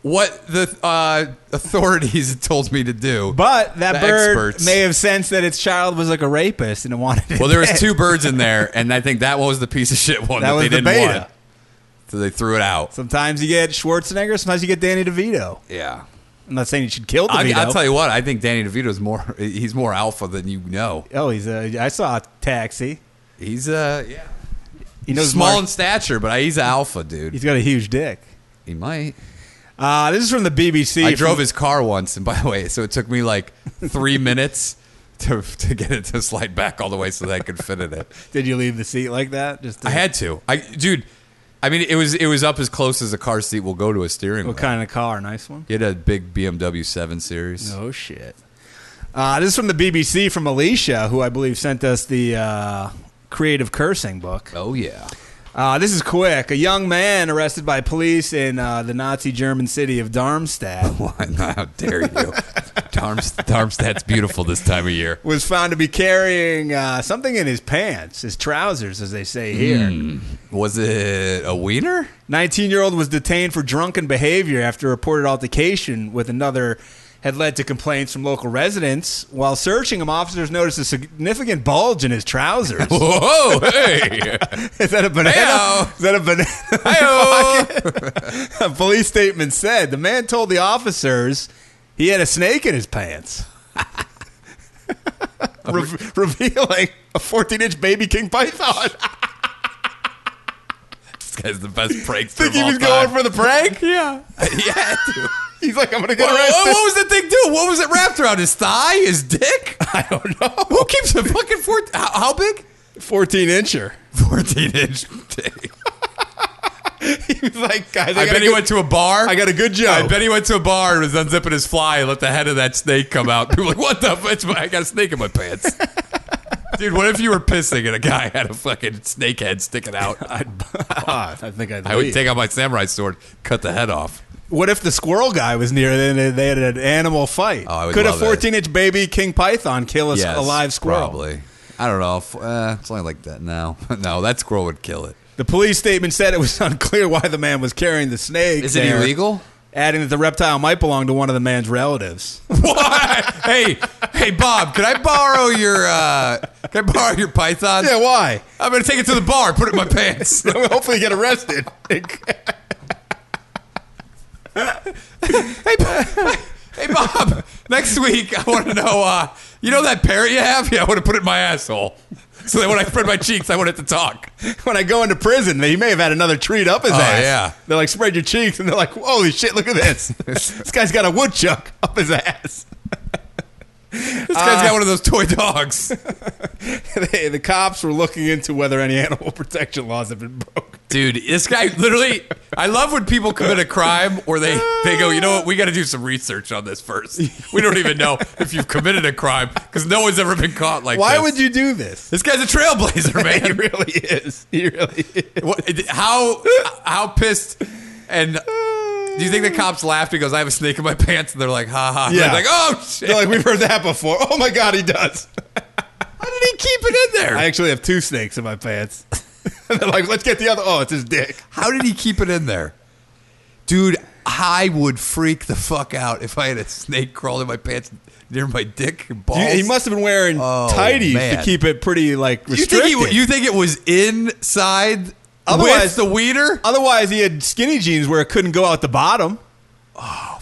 Speaker 2: what the uh, authorities told me to do.
Speaker 3: But that
Speaker 2: The
Speaker 3: bird
Speaker 2: experts.
Speaker 3: may have sensed that its child was like a rapist and it wanted. It
Speaker 2: Well, there was
Speaker 3: dead.
Speaker 2: two birds in there, and I think that one was the piece of shit one
Speaker 3: That
Speaker 2: that,
Speaker 3: was
Speaker 2: they
Speaker 3: the
Speaker 2: didn't
Speaker 3: beta.
Speaker 2: want. So they threw it out.
Speaker 3: Sometimes you get Schwarzenegger. Sometimes you get Danny DeVito.
Speaker 2: Yeah.
Speaker 3: I'm not saying you should kill
Speaker 2: I,
Speaker 3: DeVito.
Speaker 2: I'll tell you what. I think Danny DeVito's more. He's more alpha than you know.
Speaker 3: Oh, he's. A, I saw Taxi.
Speaker 2: He's uh, yeah.
Speaker 3: He knows
Speaker 2: small
Speaker 3: Mark-
Speaker 2: in stature, but he's alpha, dude.
Speaker 3: He's got a huge dick.
Speaker 2: He might.
Speaker 3: Uh, this is from the BBC.
Speaker 2: I drove his car once, and by the way, so it took me like three minutes to to get it to slide back all the way so that I could fit it in.
Speaker 3: Did you leave the seat like that? Just to,
Speaker 2: I had to. I dude. I mean, it was it was up as close as a car seat will go to a steering
Speaker 3: what
Speaker 2: wheel.
Speaker 3: kind of car? Nice one.
Speaker 2: He had a big BMW 7 Series.
Speaker 3: Oh shit. Uh, this is from the BBC from Alicia, who I believe sent us the uh, creative cursing book.
Speaker 2: Oh yeah.
Speaker 3: Uh, this is quick. A young man arrested by police in uh, the Nazi German city of Darmstadt
Speaker 2: Why? How dare you? Darmst- Darmstadt's beautiful this time of year.
Speaker 3: was found to be carrying uh, something in his pants, his trousers, as they say here.
Speaker 2: Was it a wiener?
Speaker 3: 19 year old was detained for drunken behavior after a reported altercation with another had led to complaints from local residents. While searching him, officers noticed a significant bulge in his trousers.
Speaker 2: Whoa! Hey,
Speaker 3: Is that a banana?
Speaker 2: Heyo.
Speaker 3: Is that a banana?
Speaker 2: Hi-oh.
Speaker 3: a police statement said the man told the officers he had a snake in his pants, Re- revealing a 14 inch baby king python.
Speaker 2: this guy's the best prankster.
Speaker 3: Think
Speaker 2: of
Speaker 3: he
Speaker 2: all
Speaker 3: was going
Speaker 2: time.
Speaker 3: for the prank? Yeah.
Speaker 2: yeah. dude.
Speaker 3: He's like, I'm going to get
Speaker 2: What,
Speaker 3: arrested.
Speaker 2: what was the thing do? What was it wrapped around his thigh? His dick? I don't know. Who keeps a fucking fourteen? How, how big?
Speaker 3: 14 incher.
Speaker 2: Fourteen inch dick.
Speaker 3: He was like, guys, I,
Speaker 2: I,
Speaker 3: got
Speaker 2: bet
Speaker 3: a
Speaker 2: he
Speaker 3: good-
Speaker 2: went to a bar.
Speaker 3: I got a good job.
Speaker 2: I bet he went to a bar and was unzipping his fly and let the head of that snake come out. People were like, what the? F- it's my- I got a snake in my pants. Dude, what if you were pissing and a guy had a fucking snake head sticking out?
Speaker 3: Ah, I think I'd
Speaker 2: I would
Speaker 3: leave.
Speaker 2: take out my samurai sword, cut the head off.
Speaker 3: What if the squirrel guy was near and they- they had an animal fight?
Speaker 2: Oh, I would
Speaker 3: Could
Speaker 2: love
Speaker 3: a
Speaker 2: that.
Speaker 3: 14 inch baby king python kill a, s-
Speaker 2: Yes,
Speaker 3: a live squirrel?
Speaker 2: Probably. I don't know. If, uh, it's only like that now. no, that squirrel would kill it.
Speaker 3: The police statement said it was unclear why the man was carrying the snake.
Speaker 2: Is it
Speaker 3: there,
Speaker 2: illegal?
Speaker 3: Adding that the reptile might belong to one of the man's relatives.
Speaker 2: What? hey, hey, Bob, can I borrow your uh, can I borrow your python?
Speaker 3: yeah, why?
Speaker 2: I'm gonna take it to the bar, put it in my pants.
Speaker 3: Hopefully, get arrested.
Speaker 2: Hey Bob, next week I want to know. Uh, you know that parrot you have? Yeah, I want to put it in my asshole. So that when I spread my cheeks, I want it to talk.
Speaker 3: when I go into prison, he may have had another treat up his
Speaker 2: Oh,
Speaker 3: ass.
Speaker 2: yeah.
Speaker 3: They're like, spread your cheeks, and they're like, holy shit, look at this. this guy's got a woodchuck up his ass.
Speaker 2: This guy's got one of those toy dogs.
Speaker 3: they, the cops were looking into whether any animal protection laws have been broken.
Speaker 2: Dude, this guy literally. I love when people commit a crime where they, they go, you know what, we got to do some research on this first. We don't even know if you've committed a crime because no one's ever been caught like
Speaker 3: Why
Speaker 2: this.
Speaker 3: would you do this?
Speaker 2: This guy's a trailblazer,
Speaker 3: He
Speaker 2: man.
Speaker 3: really is. He really is.
Speaker 2: What- how how pissed and do you think the cops laughed because I have a snake in my pants and they're like, ha ha?
Speaker 3: Yeah.
Speaker 2: They're like, oh shit.
Speaker 3: They're like, we've heard that before. Oh my God, he does.
Speaker 2: How did he keep it in there?
Speaker 3: I actually have two snakes in my pants. And they're like, let's get the other. Oh, it's his dick.
Speaker 2: How did he keep it in there? Dude, I would freak the fuck out if I had a snake crawling in my pants near my dick and balls.
Speaker 3: You- he must have been wearing
Speaker 2: Oh,
Speaker 3: tidies to
Speaker 2: man.
Speaker 3: keep it pretty like
Speaker 2: You think,
Speaker 3: restricted.
Speaker 2: he, you think it was inside
Speaker 3: Otherwise-
Speaker 2: with the wiener?
Speaker 3: Otherwise, he had skinny jeans where it couldn't go out the bottom.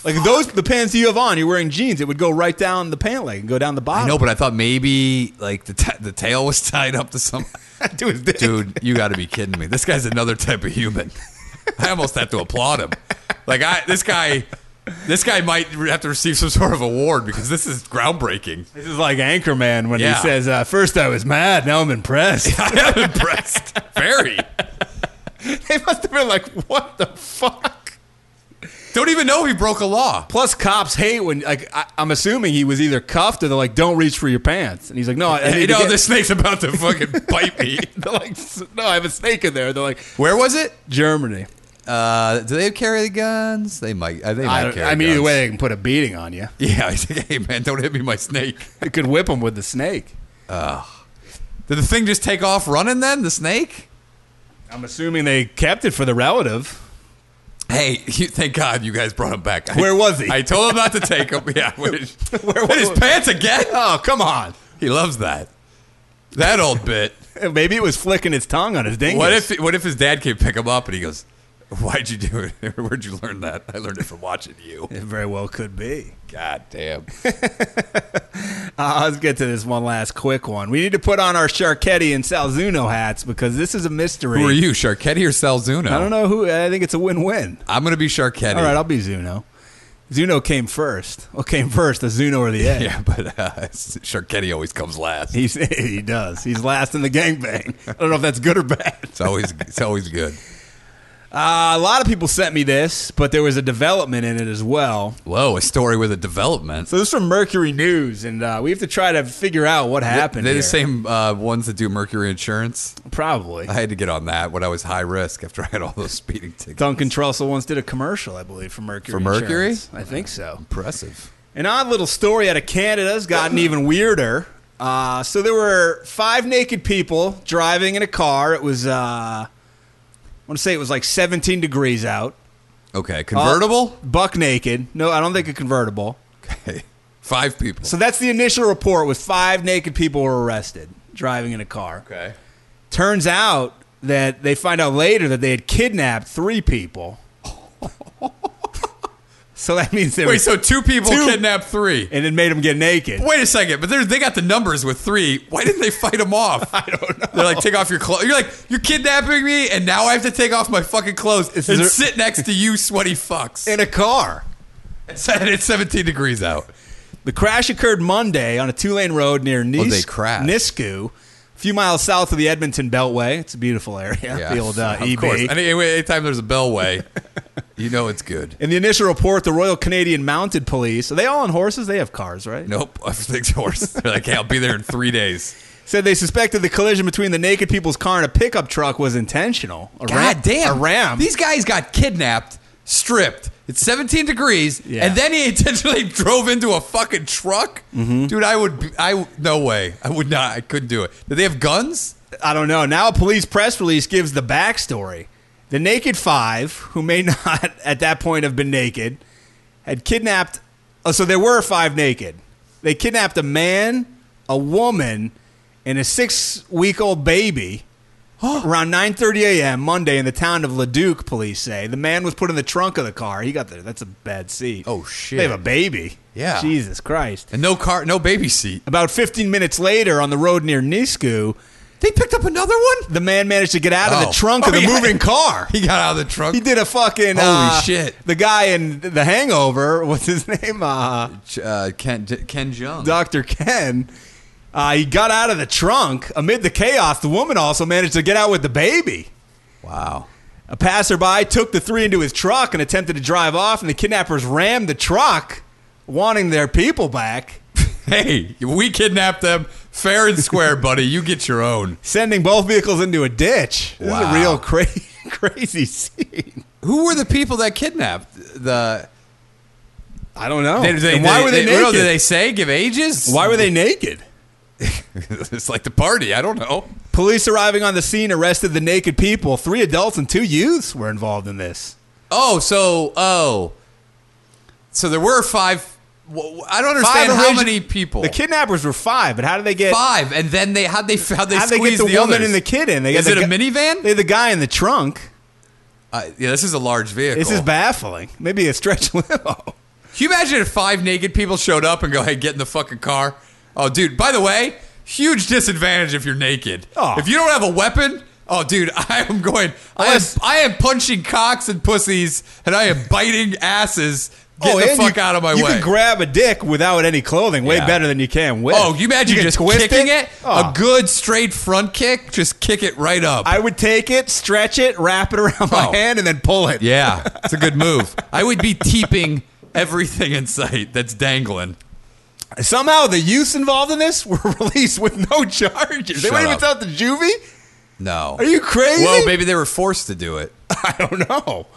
Speaker 3: like those, the pants you have on, you're wearing jeans. It would go right down the pant leg and go down the bottom.
Speaker 2: I know, but I thought maybe like the, t- the tail was tied up to some.
Speaker 3: to his dick.
Speaker 2: Dude, you got to be kidding me. This guy's another type of human. I almost have to applaud him. Like I, this guy, this guy might have to receive some sort of award because this is groundbreaking.
Speaker 3: This is like Anchorman when
Speaker 2: Yeah.
Speaker 3: he says, uh, "First I was mad, now I'm impressed."
Speaker 2: I am impressed. Very.
Speaker 3: They must have been like, what the fuck?
Speaker 2: Don't even know he broke a law.
Speaker 3: Plus, cops hate when like I, I'm assuming he was either cuffed or they're like, "Don't reach for your pants," and he's like, "No, I, I need
Speaker 2: You
Speaker 3: to
Speaker 2: know,
Speaker 3: get-"
Speaker 2: the snake's about to fucking bite me.
Speaker 3: They're like, "S- "No, I have a snake in there." They're like,
Speaker 2: Where was it?
Speaker 3: "Germany."
Speaker 2: Uh, do they carry the guns? They might. Uh, they might
Speaker 3: I,
Speaker 2: carry
Speaker 3: I mean, either
Speaker 2: guns.
Speaker 3: way, they can put a beating on you.
Speaker 2: Yeah, I think, hey man, don't hit me, my snake.
Speaker 3: They could whip him with the snake.
Speaker 2: Did the thing just take off running then? The snake?
Speaker 3: I'm assuming they kept it for the relative.
Speaker 2: Hey, you, thank God you guys brought him back. I-
Speaker 3: Where was he?
Speaker 2: I told him not to take him. Yeah, where,
Speaker 3: Where
Speaker 2: where his
Speaker 3: was-
Speaker 2: pants again?
Speaker 3: Oh, come on.
Speaker 2: He loves that. That old bit.
Speaker 3: Maybe it was flicking its tongue on his dingus.
Speaker 2: What if what if his dad came pick him up and he goes, "Why'd you do it? Where'd you learn that? I learned it from watching you."
Speaker 3: It very well could be.
Speaker 2: God damn.
Speaker 3: Uh, let's get to this one last quick one. We need to put on our Sharketti and Salzuno hats because this is a mystery.
Speaker 2: Who are you, Sharketti or Salzuno?
Speaker 3: I don't know who. I think it's a win-win.
Speaker 2: I'm gonna be Sharketti.
Speaker 3: All right, I'll be Zuno. Zuno came first. Well, came first, the Zuno or the egg.
Speaker 2: yeah, but uh, Sharketti always comes last.
Speaker 3: He's, he does. He's last in the gangbang. I don't know if that's good or bad.
Speaker 2: It's always it's always good.
Speaker 3: Uh, a lot of people sent me this, but there was a development in it as well.
Speaker 2: Whoa, a story with a development.
Speaker 3: So this is from Mercury News, and uh, we have to try to figure out what happened.
Speaker 2: They're
Speaker 3: here.
Speaker 2: the same uh, ones that do Mercury Insurance.
Speaker 3: Probably.
Speaker 2: I had to get on that when I was high risk after I had all those speeding tickets.
Speaker 3: Duncan Trussell once did a commercial, I believe, for Mercury.
Speaker 2: For Mercury?
Speaker 3: Insurance. I think so.
Speaker 2: Impressive.
Speaker 3: An odd little story out of Canada has gotten even weirder. Uh, so there were five naked people driving in a car. It was, uh, I want to say it was like 17 degrees out. Uh,
Speaker 2: Okay, convertible.
Speaker 3: Buck naked. No, I don't think a convertible.
Speaker 2: Okay, five people.
Speaker 3: Uh, So that's the initial report with five naked people were arrested driving in a car.
Speaker 2: okay.
Speaker 3: Turns out that they find out later that they had kidnapped three people. so that means they were,
Speaker 2: Wait, so two people
Speaker 3: Two.
Speaker 2: kidnapped three.
Speaker 3: and it made them get naked.
Speaker 2: Wait a second, but they're- they got the numbers with three. Why didn't they fight them off? I don't know. They're like, take off your clothes. You're like, you're kidnapping me, and now I have to take off my fucking clothes
Speaker 3: Is
Speaker 2: and
Speaker 3: there-
Speaker 2: sit next to you, sweaty fucks.
Speaker 3: In a car.
Speaker 2: and it's 17 degrees out.
Speaker 3: The crash occurred Monday on a two-lane road near Nis-
Speaker 2: Oh, they crashed.
Speaker 3: Nisku, a few miles south of the Edmonton Beltway. It's a beautiful area, the old uh,
Speaker 2: Of
Speaker 3: EB.
Speaker 2: course. Any, anytime there's a bellway, you know it's good.
Speaker 3: In the initial report, the Royal Canadian Mounted Police, are they all on horses? They have cars, right?
Speaker 2: Nope, everything's worse. They're like, hey, I'll be there in three days.
Speaker 3: Said they suspected the collision between the naked people's car and a pickup truck was intentional. A ram- A ram.
Speaker 2: These guys got kidnapped, stripped. It's 17 degrees,
Speaker 3: Yeah.
Speaker 2: and then he intentionally drove into a fucking truck.
Speaker 3: Mm-hmm.
Speaker 2: Dude, I would, be, I no way, I would not, I couldn't do it. Did they have guns?
Speaker 3: I don't know. Now a police press release gives the backstory. The naked five, who may not at that point have been naked, had kidnapped. Oh, so there were five naked. They kidnapped a man, a woman, and a six-week-old baby. Around 9:30 a.m. Monday in the town of Leduc, police say the man was put in the trunk of the car. He got there. That's a bad seat.
Speaker 2: Oh, shit.
Speaker 3: They have a baby.
Speaker 2: Yeah.
Speaker 3: Jesus Christ.
Speaker 2: And no car, no baby seat.
Speaker 3: About 15 minutes later, on the road near Nisku,
Speaker 2: They picked up another one.
Speaker 3: the man managed to get out of
Speaker 2: Oh.
Speaker 3: the trunk
Speaker 2: Oh,
Speaker 3: of the
Speaker 2: yeah.
Speaker 3: moving car.
Speaker 2: He got out of the trunk.
Speaker 3: He did a fucking
Speaker 2: Holy
Speaker 3: uh,
Speaker 2: shit.
Speaker 3: The guy in The Hangover, what's his name? Uh,
Speaker 2: Uh, Ken Ken Jung.
Speaker 3: Doctor Ken. Uh, he got out of the trunk amid the chaos. The woman also managed to get out with the baby.
Speaker 2: Wow.
Speaker 3: A passerby took the three into his truck and attempted to drive off, and the kidnappers rammed the truck, wanting their people back,
Speaker 2: Hey, we kidnapped them fair and square, buddy. You get your own.
Speaker 3: sending both vehicles into a ditch. This is
Speaker 2: Wow.
Speaker 3: a real crazy, crazy scene.
Speaker 2: Who were the people that kidnapped the? oh,
Speaker 3: I don't know.
Speaker 2: They- they-
Speaker 3: and why
Speaker 2: they-
Speaker 3: were they,
Speaker 2: well,
Speaker 3: naked?
Speaker 2: Did they say give ages?
Speaker 3: Why were they naked?
Speaker 2: it's like the party. I don't know.
Speaker 3: Police arriving on the scene arrested the naked people. Three adults and two youths were involved in this.
Speaker 2: Oh, so oh, so there were five. wh- wh- I don't
Speaker 3: Five
Speaker 2: understand how
Speaker 3: origi-
Speaker 2: many people.
Speaker 3: The kidnappers were five, but how did they get?
Speaker 2: five, and then they how they how they
Speaker 3: How they get
Speaker 2: squeeze
Speaker 3: the, woman
Speaker 2: others?
Speaker 3: and the kid in? They got
Speaker 2: Is
Speaker 3: the
Speaker 2: it a
Speaker 3: gu-
Speaker 2: minivan?
Speaker 3: They had the guy in the trunk.
Speaker 2: Uh, yeah, this is a large vehicle.
Speaker 3: This is baffling. Maybe a stretch limo.
Speaker 2: Can you imagine if five naked people showed up and go, "Hey, get in the fucking car." Oh, dude. By the way, huge disadvantage if you're naked.
Speaker 3: Oh.
Speaker 2: If you don't have a weapon. Oh, dude, I am going. I am,
Speaker 3: Unless-
Speaker 2: I am punching cocks and pussies, and I am biting asses Get the
Speaker 3: Oh, and
Speaker 2: fuck out of my
Speaker 3: you
Speaker 2: way.
Speaker 3: can grab a dick without any clothing way
Speaker 2: Yeah.
Speaker 3: better than you can with.
Speaker 2: oh, you imagine
Speaker 3: can
Speaker 2: just
Speaker 3: twist
Speaker 2: kicking it?
Speaker 3: Oh.
Speaker 2: A good straight front kick, just kick it right up.
Speaker 3: I would take it, stretch it, wrap it around my
Speaker 2: Oh.
Speaker 3: hand, and then pull it.
Speaker 2: yeah, it's a good move. I would be teeping everything in sight that's dangling.
Speaker 3: Somehow the youths involved in this were released with no charges. they
Speaker 2: Shut
Speaker 3: weren't even
Speaker 2: up.
Speaker 3: sent to juvie.
Speaker 2: No.
Speaker 3: Are you crazy?
Speaker 2: Well, maybe they were forced to do it.
Speaker 3: I don't know.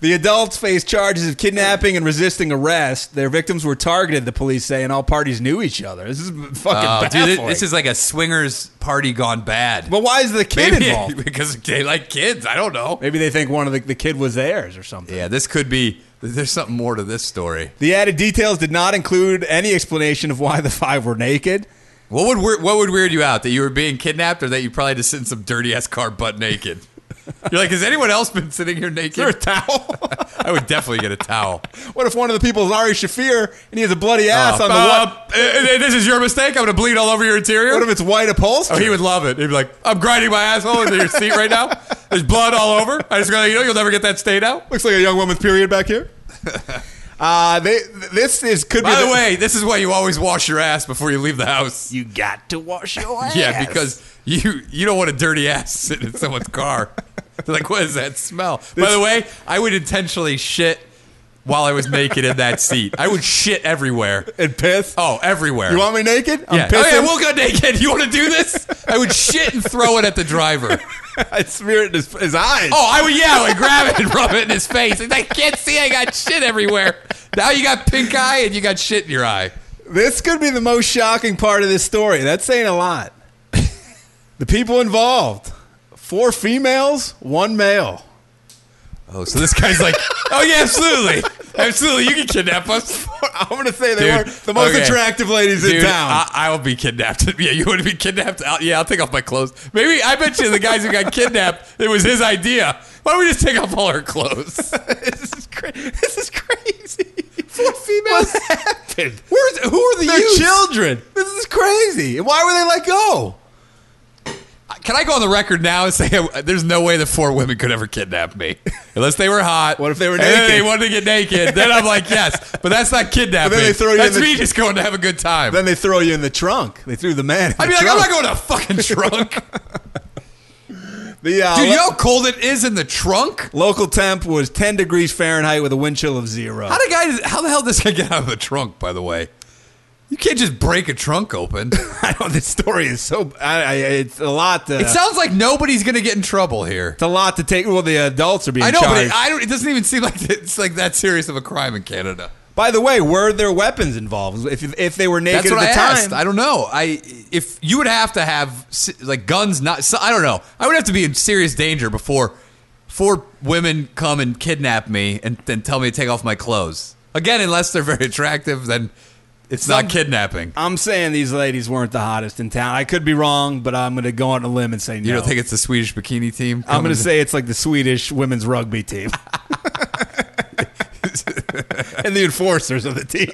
Speaker 3: The adults face charges of kidnapping and resisting arrest. Their victims were targeted, the police say, and all parties knew each other. This is fucking
Speaker 2: Oh,
Speaker 3: baffling.
Speaker 2: dude, this is like a swingers party gone bad.
Speaker 3: but why is the kid involved?
Speaker 2: because they like kids. I don't know.
Speaker 3: Maybe they think one of the, the kid was theirs or something.
Speaker 2: Yeah, this could be. There's something more to this story.
Speaker 3: The added details did not include any explanation of why the five were naked.
Speaker 2: What would weir- what would weird you out that you were being kidnapped or that you probably just sit in some dirty ass car butt naked? You're like, has anyone else been sitting here naked?
Speaker 3: there a towel?
Speaker 2: I would definitely get a towel.
Speaker 3: What if one of the people is Ari Shafir and he has a bloody ass
Speaker 2: Uh,
Speaker 3: on the
Speaker 2: uh,
Speaker 3: wall?
Speaker 2: uh, this is your mistake. I'm gonna bleed all over your interior.
Speaker 3: What if it's white upholster?
Speaker 2: Oh, he would love it. He'd be like, I'm grinding my asshole into your seat right now. There's blood all over. I just gotta, you know, you'll never get that stain out.
Speaker 3: Looks like a young woman's period back here. uh, they, this is could be
Speaker 2: By the way, this is why you always wash your ass before you leave the house.
Speaker 3: You got to wash your ass.
Speaker 2: Yeah, because you you don't want a dirty ass sitting in someone's car. They're like, what is that smell? By the way, I would intentionally shit while I was naked in that seat. I would shit everywhere.
Speaker 3: and piss.
Speaker 2: Oh, everywhere.
Speaker 3: You want me naked? I'm
Speaker 2: yeah.
Speaker 3: pissing.
Speaker 2: Oh, yeah, we'll go naked. You want to do this? I would shit and throw it at the driver.
Speaker 3: I smear it in his, his eyes.
Speaker 2: Oh, I would, yeah, I would grab it and rub it in his face. He's like, I can't see. I got shit everywhere. Now you got pink eye and you got shit in your eye.
Speaker 3: This could be the most shocking part of this story. That's saying a lot. the people involved: four females, one male.
Speaker 2: Oh, so this guy's like, oh, yeah, absolutely. Absolutely. You can kidnap us.
Speaker 3: I'm gonna say they
Speaker 2: Dude,
Speaker 3: were the most
Speaker 2: okay.
Speaker 3: attractive ladies in
Speaker 2: Dude,
Speaker 3: town.
Speaker 2: I, I'll be kidnapped. Yeah, you would be kidnapped. I'll, yeah, I'll take off my clothes. Maybe I bet you the guys who got kidnapped, it was his idea. Why don't we just take off all our clothes?
Speaker 3: this is cra- this is crazy. Four females. What happened?
Speaker 2: Where's, who are the
Speaker 3: They're
Speaker 2: youths?
Speaker 3: children. This is crazy. Why were they let go?
Speaker 2: Can I go on the record now and say uh, there's no way the four women could ever kidnap me unless they were hot?
Speaker 3: What if they were
Speaker 2: and then
Speaker 3: naked?
Speaker 2: they wanted to get naked. then I'm like, yes, but that's not kidnapping.
Speaker 3: But then they throw you in
Speaker 2: that's
Speaker 3: the-
Speaker 2: me just going to have a good time.
Speaker 3: Then they throw you in the trunk. They threw the man. In
Speaker 2: I'd
Speaker 3: the
Speaker 2: be like,
Speaker 3: trunk.
Speaker 2: I'm not going to a fucking trunk,
Speaker 3: The, uh,
Speaker 2: dude.
Speaker 3: lo-
Speaker 2: You know how cold it is in the trunk.
Speaker 3: Local temp was 10 degrees Fahrenheit with a wind chill of zero.
Speaker 2: How the guy? How the hell does this guy get out of the trunk? By the way, you can't just break a trunk open.
Speaker 3: I know this story is so. I, I, it's a lot. To,
Speaker 2: It sounds like nobody's going to get in trouble here.
Speaker 3: it's a lot to take. Well, the adults are being
Speaker 2: I know, but
Speaker 3: charged.
Speaker 2: it, I don't. It doesn't even seem like it's like that serious of a crime in Canada.
Speaker 3: By the way, were there weapons involved? If if they were naked
Speaker 2: That's what
Speaker 3: at
Speaker 2: I
Speaker 3: the time,
Speaker 2: asked. I don't know. I if you would have to have se- like guns, not so, I don't know. I would have to be in serious danger before four women come and kidnap me and then tell me to take off my clothes again. Unless they're very attractive, then it's not kidnapping.
Speaker 3: I'm saying these ladies weren't the hottest in town. I could be wrong, but I'm going to go on a limb and say no.
Speaker 2: You don't think it's the Swedish bikini team?
Speaker 3: I'm going
Speaker 2: coming
Speaker 3: to say it's like the Swedish women's rugby team. and the enforcers of the team.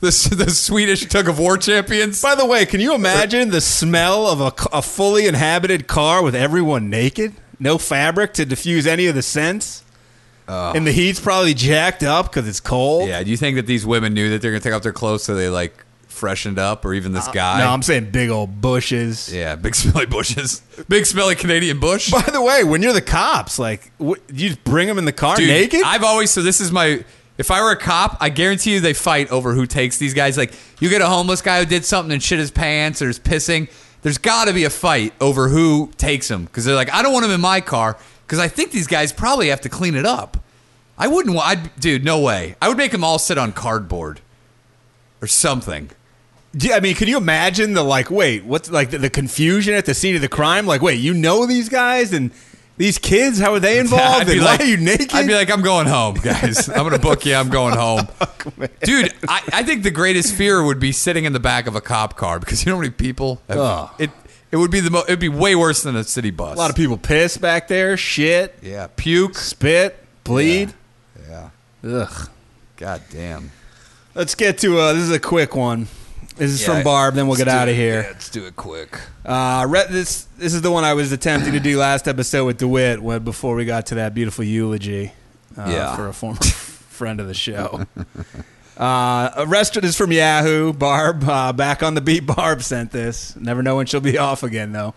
Speaker 2: the, the Swedish tug of war champions.
Speaker 3: By the way, can you imagine the smell of a, c- a fully inhabited car with everyone naked? No fabric to diffuse any of the scents? and the heat's probably jacked up because it's cold?
Speaker 2: Yeah, do you think that these women knew that they're gonna take off their clothes so they like freshened up, or even this guy?
Speaker 3: Uh, No, I'm saying big old bushes.
Speaker 2: yeah, big smelly bushes, big smelly Canadian bush.
Speaker 3: By the way, when you're the cops, like, what, you just bring them in the car
Speaker 2: Dude,
Speaker 3: naked?
Speaker 2: I've always so this is my. If I were a cop, I guarantee you they fight over who takes these guys. Like you get a homeless guy who did something and shit his pants or is pissing. There's got to be a fight over who takes him because they're like, I don't want him in my car because I think these guys probably have to clean it up. I wouldn't want, I'd, dude. No way. I would make them all sit on cardboard or something.
Speaker 3: Yeah, I mean, can you imagine the like? Wait, what's like the, the confusion at the scene of the crime? Like, wait, you know these guys and these kids? How are they involved?
Speaker 2: I'd be
Speaker 3: and
Speaker 2: like-
Speaker 3: why are you naked?
Speaker 2: I'd be like, I'm going home, guys. I'm gonna book you. I'm going home, dude. I, I think the greatest fear would be sitting in the back of a cop car because you know how many people. have-
Speaker 3: Ugh.
Speaker 2: It it would be the mo- it'd be way worse than a city bus.
Speaker 3: a lot of people piss back there, shit,
Speaker 2: yeah, puke.
Speaker 3: spit, bleed.
Speaker 2: Yeah,
Speaker 3: Ugh.
Speaker 2: god damn.
Speaker 3: Let's get to uh, this is a quick one. This is
Speaker 2: Yeah,
Speaker 3: from Barb. Then we'll
Speaker 2: let's
Speaker 3: get
Speaker 2: do
Speaker 3: out of
Speaker 2: it.
Speaker 3: here.
Speaker 2: Yeah, let's do it quick.
Speaker 3: Uh, re- this this is the one I was attempting to do last episode with Dewitt when before we got to that beautiful eulogy. uh,
Speaker 2: Yeah.
Speaker 3: for a former friend of the show. Uh, arrested is from Yahoo. Barb, uh, back on the beat. Barb sent this. Never know when she'll be off again, though.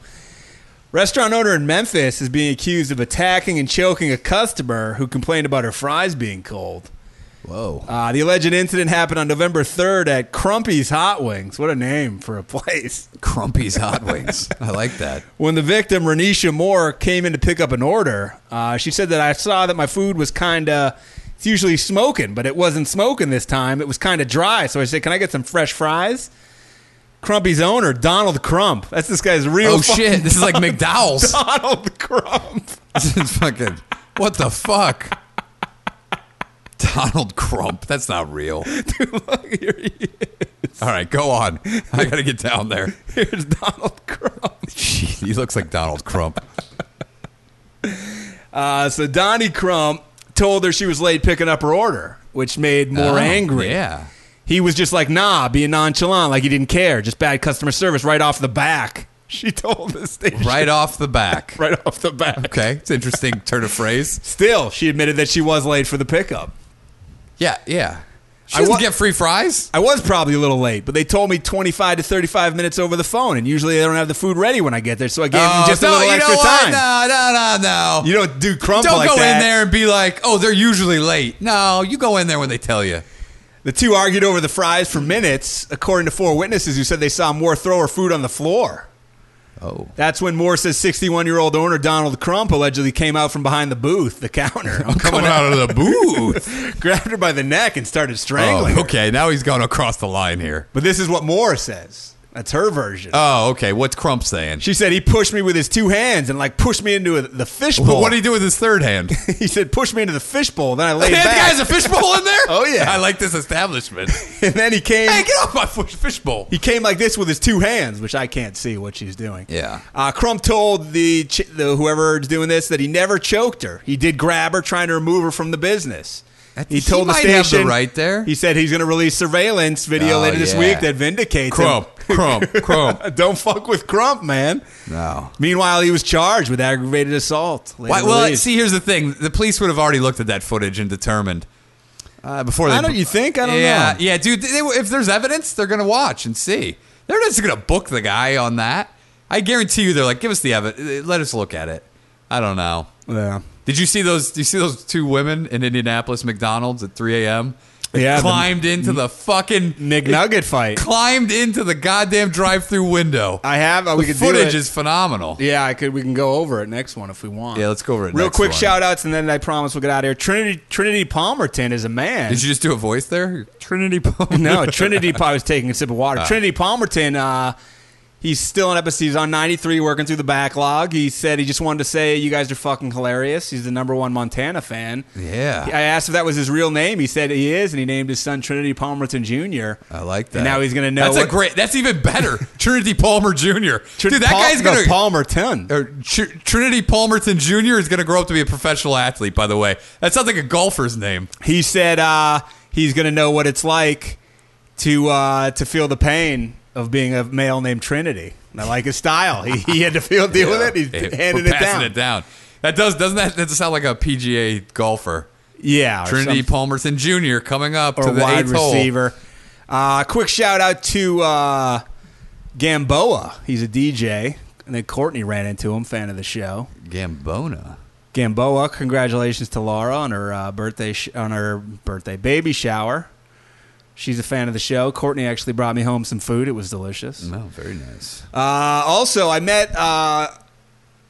Speaker 3: Restaurant owner in Memphis is being accused of attacking and choking a customer who complained about her fries being cold.
Speaker 2: Whoa.
Speaker 3: Uh, the alleged incident happened on November 3rd at Crumpy's Hot Wings. What a name for a place.
Speaker 2: Crumpy's Hot Wings. I like that.
Speaker 3: When the victim, Renisha Moore, came in to pick up an order, uh, she said that I saw that my food was kind of, it's usually smoking, but it wasn't smoking this time. It was kind of dry. So I said, Can I get some fresh fries? Crumpy's owner, Donald Crump. That's this guy's real
Speaker 2: Oh
Speaker 3: fucking
Speaker 2: shit! This is like McDowell's.
Speaker 3: Donald Crump.
Speaker 2: This is fucking. What the fuck? Donald Crump. That's not real.
Speaker 3: Look, here he is.
Speaker 2: All right, go on. I gotta get down there.
Speaker 3: Here's Donald Crump.
Speaker 2: Gee, he looks like Donald Crump.
Speaker 3: Uh, so Donnie Crump told her she was late picking up her order, which made Moore
Speaker 2: Oh,
Speaker 3: angry.
Speaker 2: Yeah.
Speaker 3: He was just like, nah, being nonchalant, like he didn't care. Just bad customer service right off the back. She told the station.
Speaker 2: Right off the back.
Speaker 3: right off the back.
Speaker 2: Okay, it's an interesting turn of phrase.
Speaker 3: Still, she admitted that she was late for the pickup.
Speaker 2: Yeah, yeah. She
Speaker 3: I
Speaker 2: doesn't
Speaker 3: wa-
Speaker 2: get free fries.
Speaker 3: I was probably a little late, but they told me 25 to 35 minutes over the phone, and usually they don't have the food ready when I get there, so I gave them
Speaker 2: Oh,
Speaker 3: just
Speaker 2: no,
Speaker 3: a little
Speaker 2: you know
Speaker 3: extra
Speaker 2: what?
Speaker 3: time.
Speaker 2: No, no, no, no.
Speaker 3: You don't do crump
Speaker 2: Don't
Speaker 3: like
Speaker 2: go
Speaker 3: that.
Speaker 2: in there and be like, oh, they're usually late. No, you go in there when they tell you.
Speaker 3: The two argued over the fries for minutes, according to four witnesses who said they saw Moore throw her food on the floor.
Speaker 2: Oh.
Speaker 3: That's when Moore says 61 year old owner Donald Crump allegedly came out from behind the booth, the counter,
Speaker 2: Coming out of the booth.
Speaker 3: grabbed her by the neck, and started strangling.
Speaker 2: oh,
Speaker 3: her.
Speaker 2: okay, now he's gone across the line here.
Speaker 3: But this is what Moore says. That's her version.
Speaker 2: Oh, okay. What's Crump saying?
Speaker 3: she said he pushed me with his two hands and like pushed me into a, the
Speaker 2: But
Speaker 3: fishbowl.
Speaker 2: what did he do with his third hand?
Speaker 3: he said, push me into the fishbowl. Then I laid
Speaker 2: That guy
Speaker 3: back.
Speaker 2: has a fishbowl in there?
Speaker 3: Oh, yeah.
Speaker 2: I like this establishment. hey,
Speaker 3: and then he came.
Speaker 2: get off my fish- fishbowl.
Speaker 3: He came like this with his two hands, which I can't see what she's doing.
Speaker 2: Yeah.
Speaker 3: Uh, Crump told the, ch- the whoever's doing this that he never choked her. He did grab her, trying to remove her from the business.
Speaker 2: That-
Speaker 3: He
Speaker 2: he
Speaker 3: told the
Speaker 2: might
Speaker 3: station
Speaker 2: have the right there.
Speaker 3: He said he's going to release surveillance video
Speaker 2: Oh,
Speaker 3: later this
Speaker 2: yeah.
Speaker 3: week that vindicates him.
Speaker 2: Crump, Crump, Crump.
Speaker 3: Don't fuck with Crump, man.
Speaker 2: No.
Speaker 3: Meanwhile, he was charged with aggravated assault. later
Speaker 2: Why, well,
Speaker 3: released.
Speaker 2: see, here's the thing: the police would have already looked at that footage and determined uh, before they.
Speaker 3: I don't. You think? I don't
Speaker 2: yeah,
Speaker 3: know.
Speaker 2: yeah, dude. They, if there's evidence, they're gonna watch and see. They're just gonna book the guy on that. I guarantee you, they're like, give us the evidence. Let us look at it. I don't know.
Speaker 3: Yeah.
Speaker 2: Did you see those? Do you see those two women in Indianapolis McDonald's at 3 a.m.? They
Speaker 3: Yeah, the-
Speaker 2: climbed into the fucking
Speaker 3: McNugget fight.
Speaker 2: climbed into the goddamn drive-through window.
Speaker 3: I have. uh, we
Speaker 2: the
Speaker 3: could
Speaker 2: footage
Speaker 3: do it.
Speaker 2: is phenomenal.
Speaker 3: Yeah, I could. We can go over it next one if we want.
Speaker 2: Yeah, let's go over it
Speaker 3: Real
Speaker 2: next
Speaker 3: quick
Speaker 2: one.
Speaker 3: shout outs, and then I promise we'll get out of here. Trinity Trinity Palmerton is a man.
Speaker 2: Did you just do a voice there? Trinity Palmer.
Speaker 3: no, Trinity. Pa- I was taking a sip of
Speaker 2: Ah.
Speaker 3: water. Trinity Palmerton. Uh, he's still in episode. He's on ninety three, working through the backlog. He said he just wanted to say you guys are fucking hilarious. He's the number one Montana fan.
Speaker 2: Yeah.
Speaker 3: I asked if that was his real name. He said he is, and he named his son Trinity Palmerton Jr.
Speaker 2: I like that.
Speaker 3: And now he's gonna know
Speaker 2: That's
Speaker 3: what-
Speaker 2: a great. That's even better. Trinity Palmer Jr.
Speaker 3: Trin-
Speaker 2: Dude, that
Speaker 3: Pal-
Speaker 2: guy's
Speaker 3: no,
Speaker 2: gonna.
Speaker 3: Palmerton.
Speaker 2: or Tr- Trinity Palmerton Jr. is gonna grow up to be a professional athlete. By the way, that sounds like a golfer's name.
Speaker 3: He said uh, he's going to know what it's like to uh, to feel the pain of being a male named Trinity. And I like his style. He, he had to feel deal with it. He's
Speaker 2: Yeah,
Speaker 3: handing
Speaker 2: we're
Speaker 3: it
Speaker 2: passing
Speaker 3: down.
Speaker 2: it down. That does doesn't that, that sound like a PGA golfer?
Speaker 3: Yeah, or
Speaker 2: Trinity
Speaker 3: some-
Speaker 2: Palmerton Jr. coming up
Speaker 3: or
Speaker 2: to the
Speaker 3: wide
Speaker 2: eighth hole.
Speaker 3: receiver. Uh, quick shout out to uh, Gamboa. He's a DJ. And then Courtney ran into him, fan of the show.
Speaker 2: Gambona.
Speaker 3: Gamboa, congratulations to Laura on her uh, birthday sh- on her birthday baby shower. She's a fan of the show. Courtney actually brought me home some food. It was delicious.
Speaker 2: No, Oh, very nice.
Speaker 3: Uh, also, I met uh,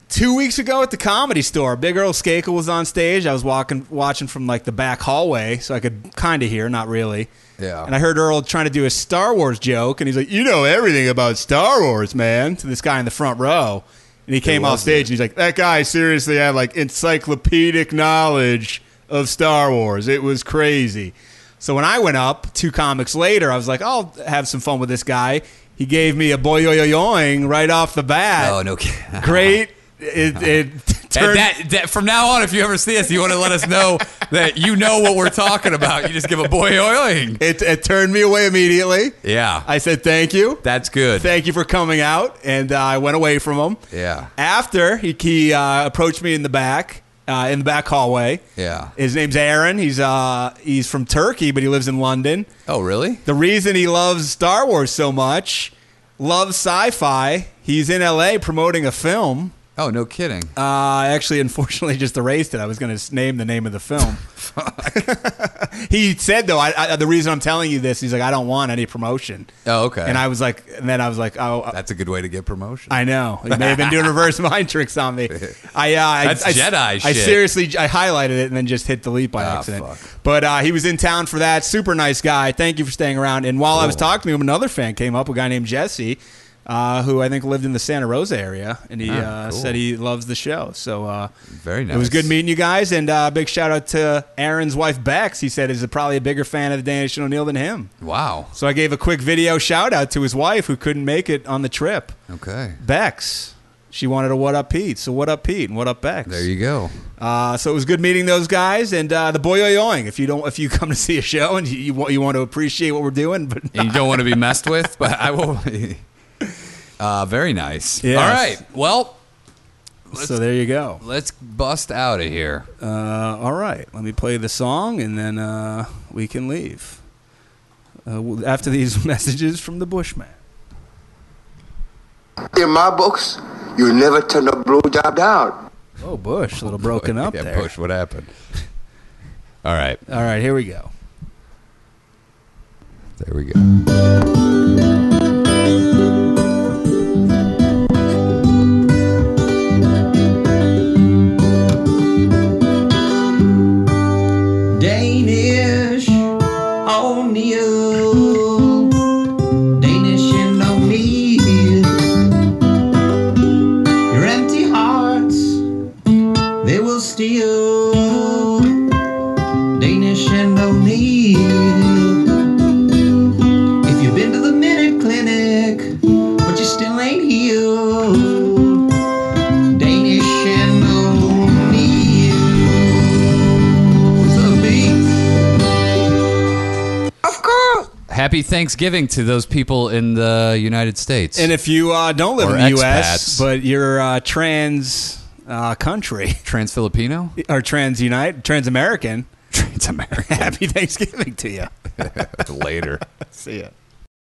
Speaker 3: two weeks ago at the comedy store. Big Earl Skakel was on stage. I was walking, watching from like the back hallway, so I could kind of hear, not really.
Speaker 2: Yeah.
Speaker 3: And I heard Earl trying to do a Star Wars joke, and he's like, "You know everything about Star Wars, man." To this guy in the front row, and he came off
Speaker 2: was
Speaker 3: stage, and he's like, "That guy seriously had like encyclopedic knowledge of Star Wars. It was crazy." So when I went up two comics later, I was like, "I'll have some fun with this guy." He gave me a boyoyoyoing right off the bat.
Speaker 2: Oh no, kidding.
Speaker 3: Great! It, it
Speaker 2: And
Speaker 3: turned.
Speaker 2: that, that from now on, if you ever see us, you want to let us know that you know what we're talking about. You just give a boy oiling.
Speaker 3: it, it turned me away immediately.
Speaker 2: Yeah,
Speaker 3: I said, "Thank you."
Speaker 2: that's good.
Speaker 3: thank you for coming out. And uh, I went away from him.
Speaker 2: Yeah.
Speaker 3: After he, he uh, approached me in the back uh, in the back hallway.
Speaker 2: Yeah.
Speaker 3: His name's Aaron. He's uh he's from Turkey, but he lives in London.
Speaker 2: Oh, really?
Speaker 3: The reason he loves Star Wars so much, loves sci-fi. He's in LA promoting a film.
Speaker 2: Oh, no kidding.
Speaker 3: Uh, I actually, unfortunately, just erased it. I was going to name the name of the film. he said though, I, I, the reason I'm telling you this, he's like, I don't want any promotion.
Speaker 2: Oh, okay.
Speaker 3: And I was like, and then I was like, oh, I-
Speaker 2: That's a good way to get promotion.
Speaker 3: I know. He may have been doing reverse mind tricks on me. I, uh, I-
Speaker 2: That's
Speaker 3: I,
Speaker 2: Jedi
Speaker 3: I,
Speaker 2: shit.
Speaker 3: seriously, I highlighted it and then just hit delete by
Speaker 2: Ah,
Speaker 3: accident.
Speaker 2: fuck.
Speaker 3: But uh, he was in town for that. Super nice guy. Thank you for staying around. And while I was
Speaker 2: Cool.
Speaker 3: talking to him, another fan came up, a guy named Jesse, uh, who I think lived in the Santa Rosa area, and he
Speaker 2: Ah,
Speaker 3: uh,
Speaker 2: cool.
Speaker 3: said he loves the show. So uh,
Speaker 2: Very
Speaker 3: It was
Speaker 2: nice.
Speaker 3: good meeting you guys, and uh, big shout out to Aaron's wife Bex. He said is probably a bigger fan of the Danish O'Neill than him.
Speaker 2: wow.
Speaker 3: So I gave a quick video shout out to his wife who couldn't make it on the trip.
Speaker 2: Okay.
Speaker 3: Bex. She wanted a what up Pete. So what up Pete and what up Bex.
Speaker 2: There you go.
Speaker 3: uh, so it was good meeting those guys and uh, the boy yoing. If you don't, if you come to see a show and you you, want- you want to appreciate what we're doing, but
Speaker 2: And you don't want to be messed with, but I will. Uh, very nice.
Speaker 3: Yes.
Speaker 2: All right. Well,
Speaker 3: so there you go.
Speaker 2: let's bust out of here.
Speaker 3: Uh, all right, let me play the song and then uh, we can leave uh, we'll- after these messages from the Bushman.
Speaker 5: In my books, you never turn a blowjob down.
Speaker 3: Oh, Bush, a little broken up
Speaker 2: yeah,
Speaker 3: there.
Speaker 2: Push. What happened? All right.
Speaker 3: All right, here we go.
Speaker 2: There we go.
Speaker 6: Danish O'Neill. Danish and O'Neill. Your empty hearts, they will steal. Danish and O'Neill. If you've been to the Minute Clinic, but you still ain't healed. Danish and O'Neill. What's up, B?
Speaker 2: Happy Thanksgiving to those people in the United States.
Speaker 3: And if you uh, don't live
Speaker 2: Or
Speaker 3: in the U.S.,
Speaker 2: expats.
Speaker 3: but you're uh, trans uh, country
Speaker 2: Trans Filipino?
Speaker 3: or trans unite, trans American,
Speaker 2: Trans American.
Speaker 3: happy Thanksgiving to you.
Speaker 2: Later.
Speaker 3: See ya.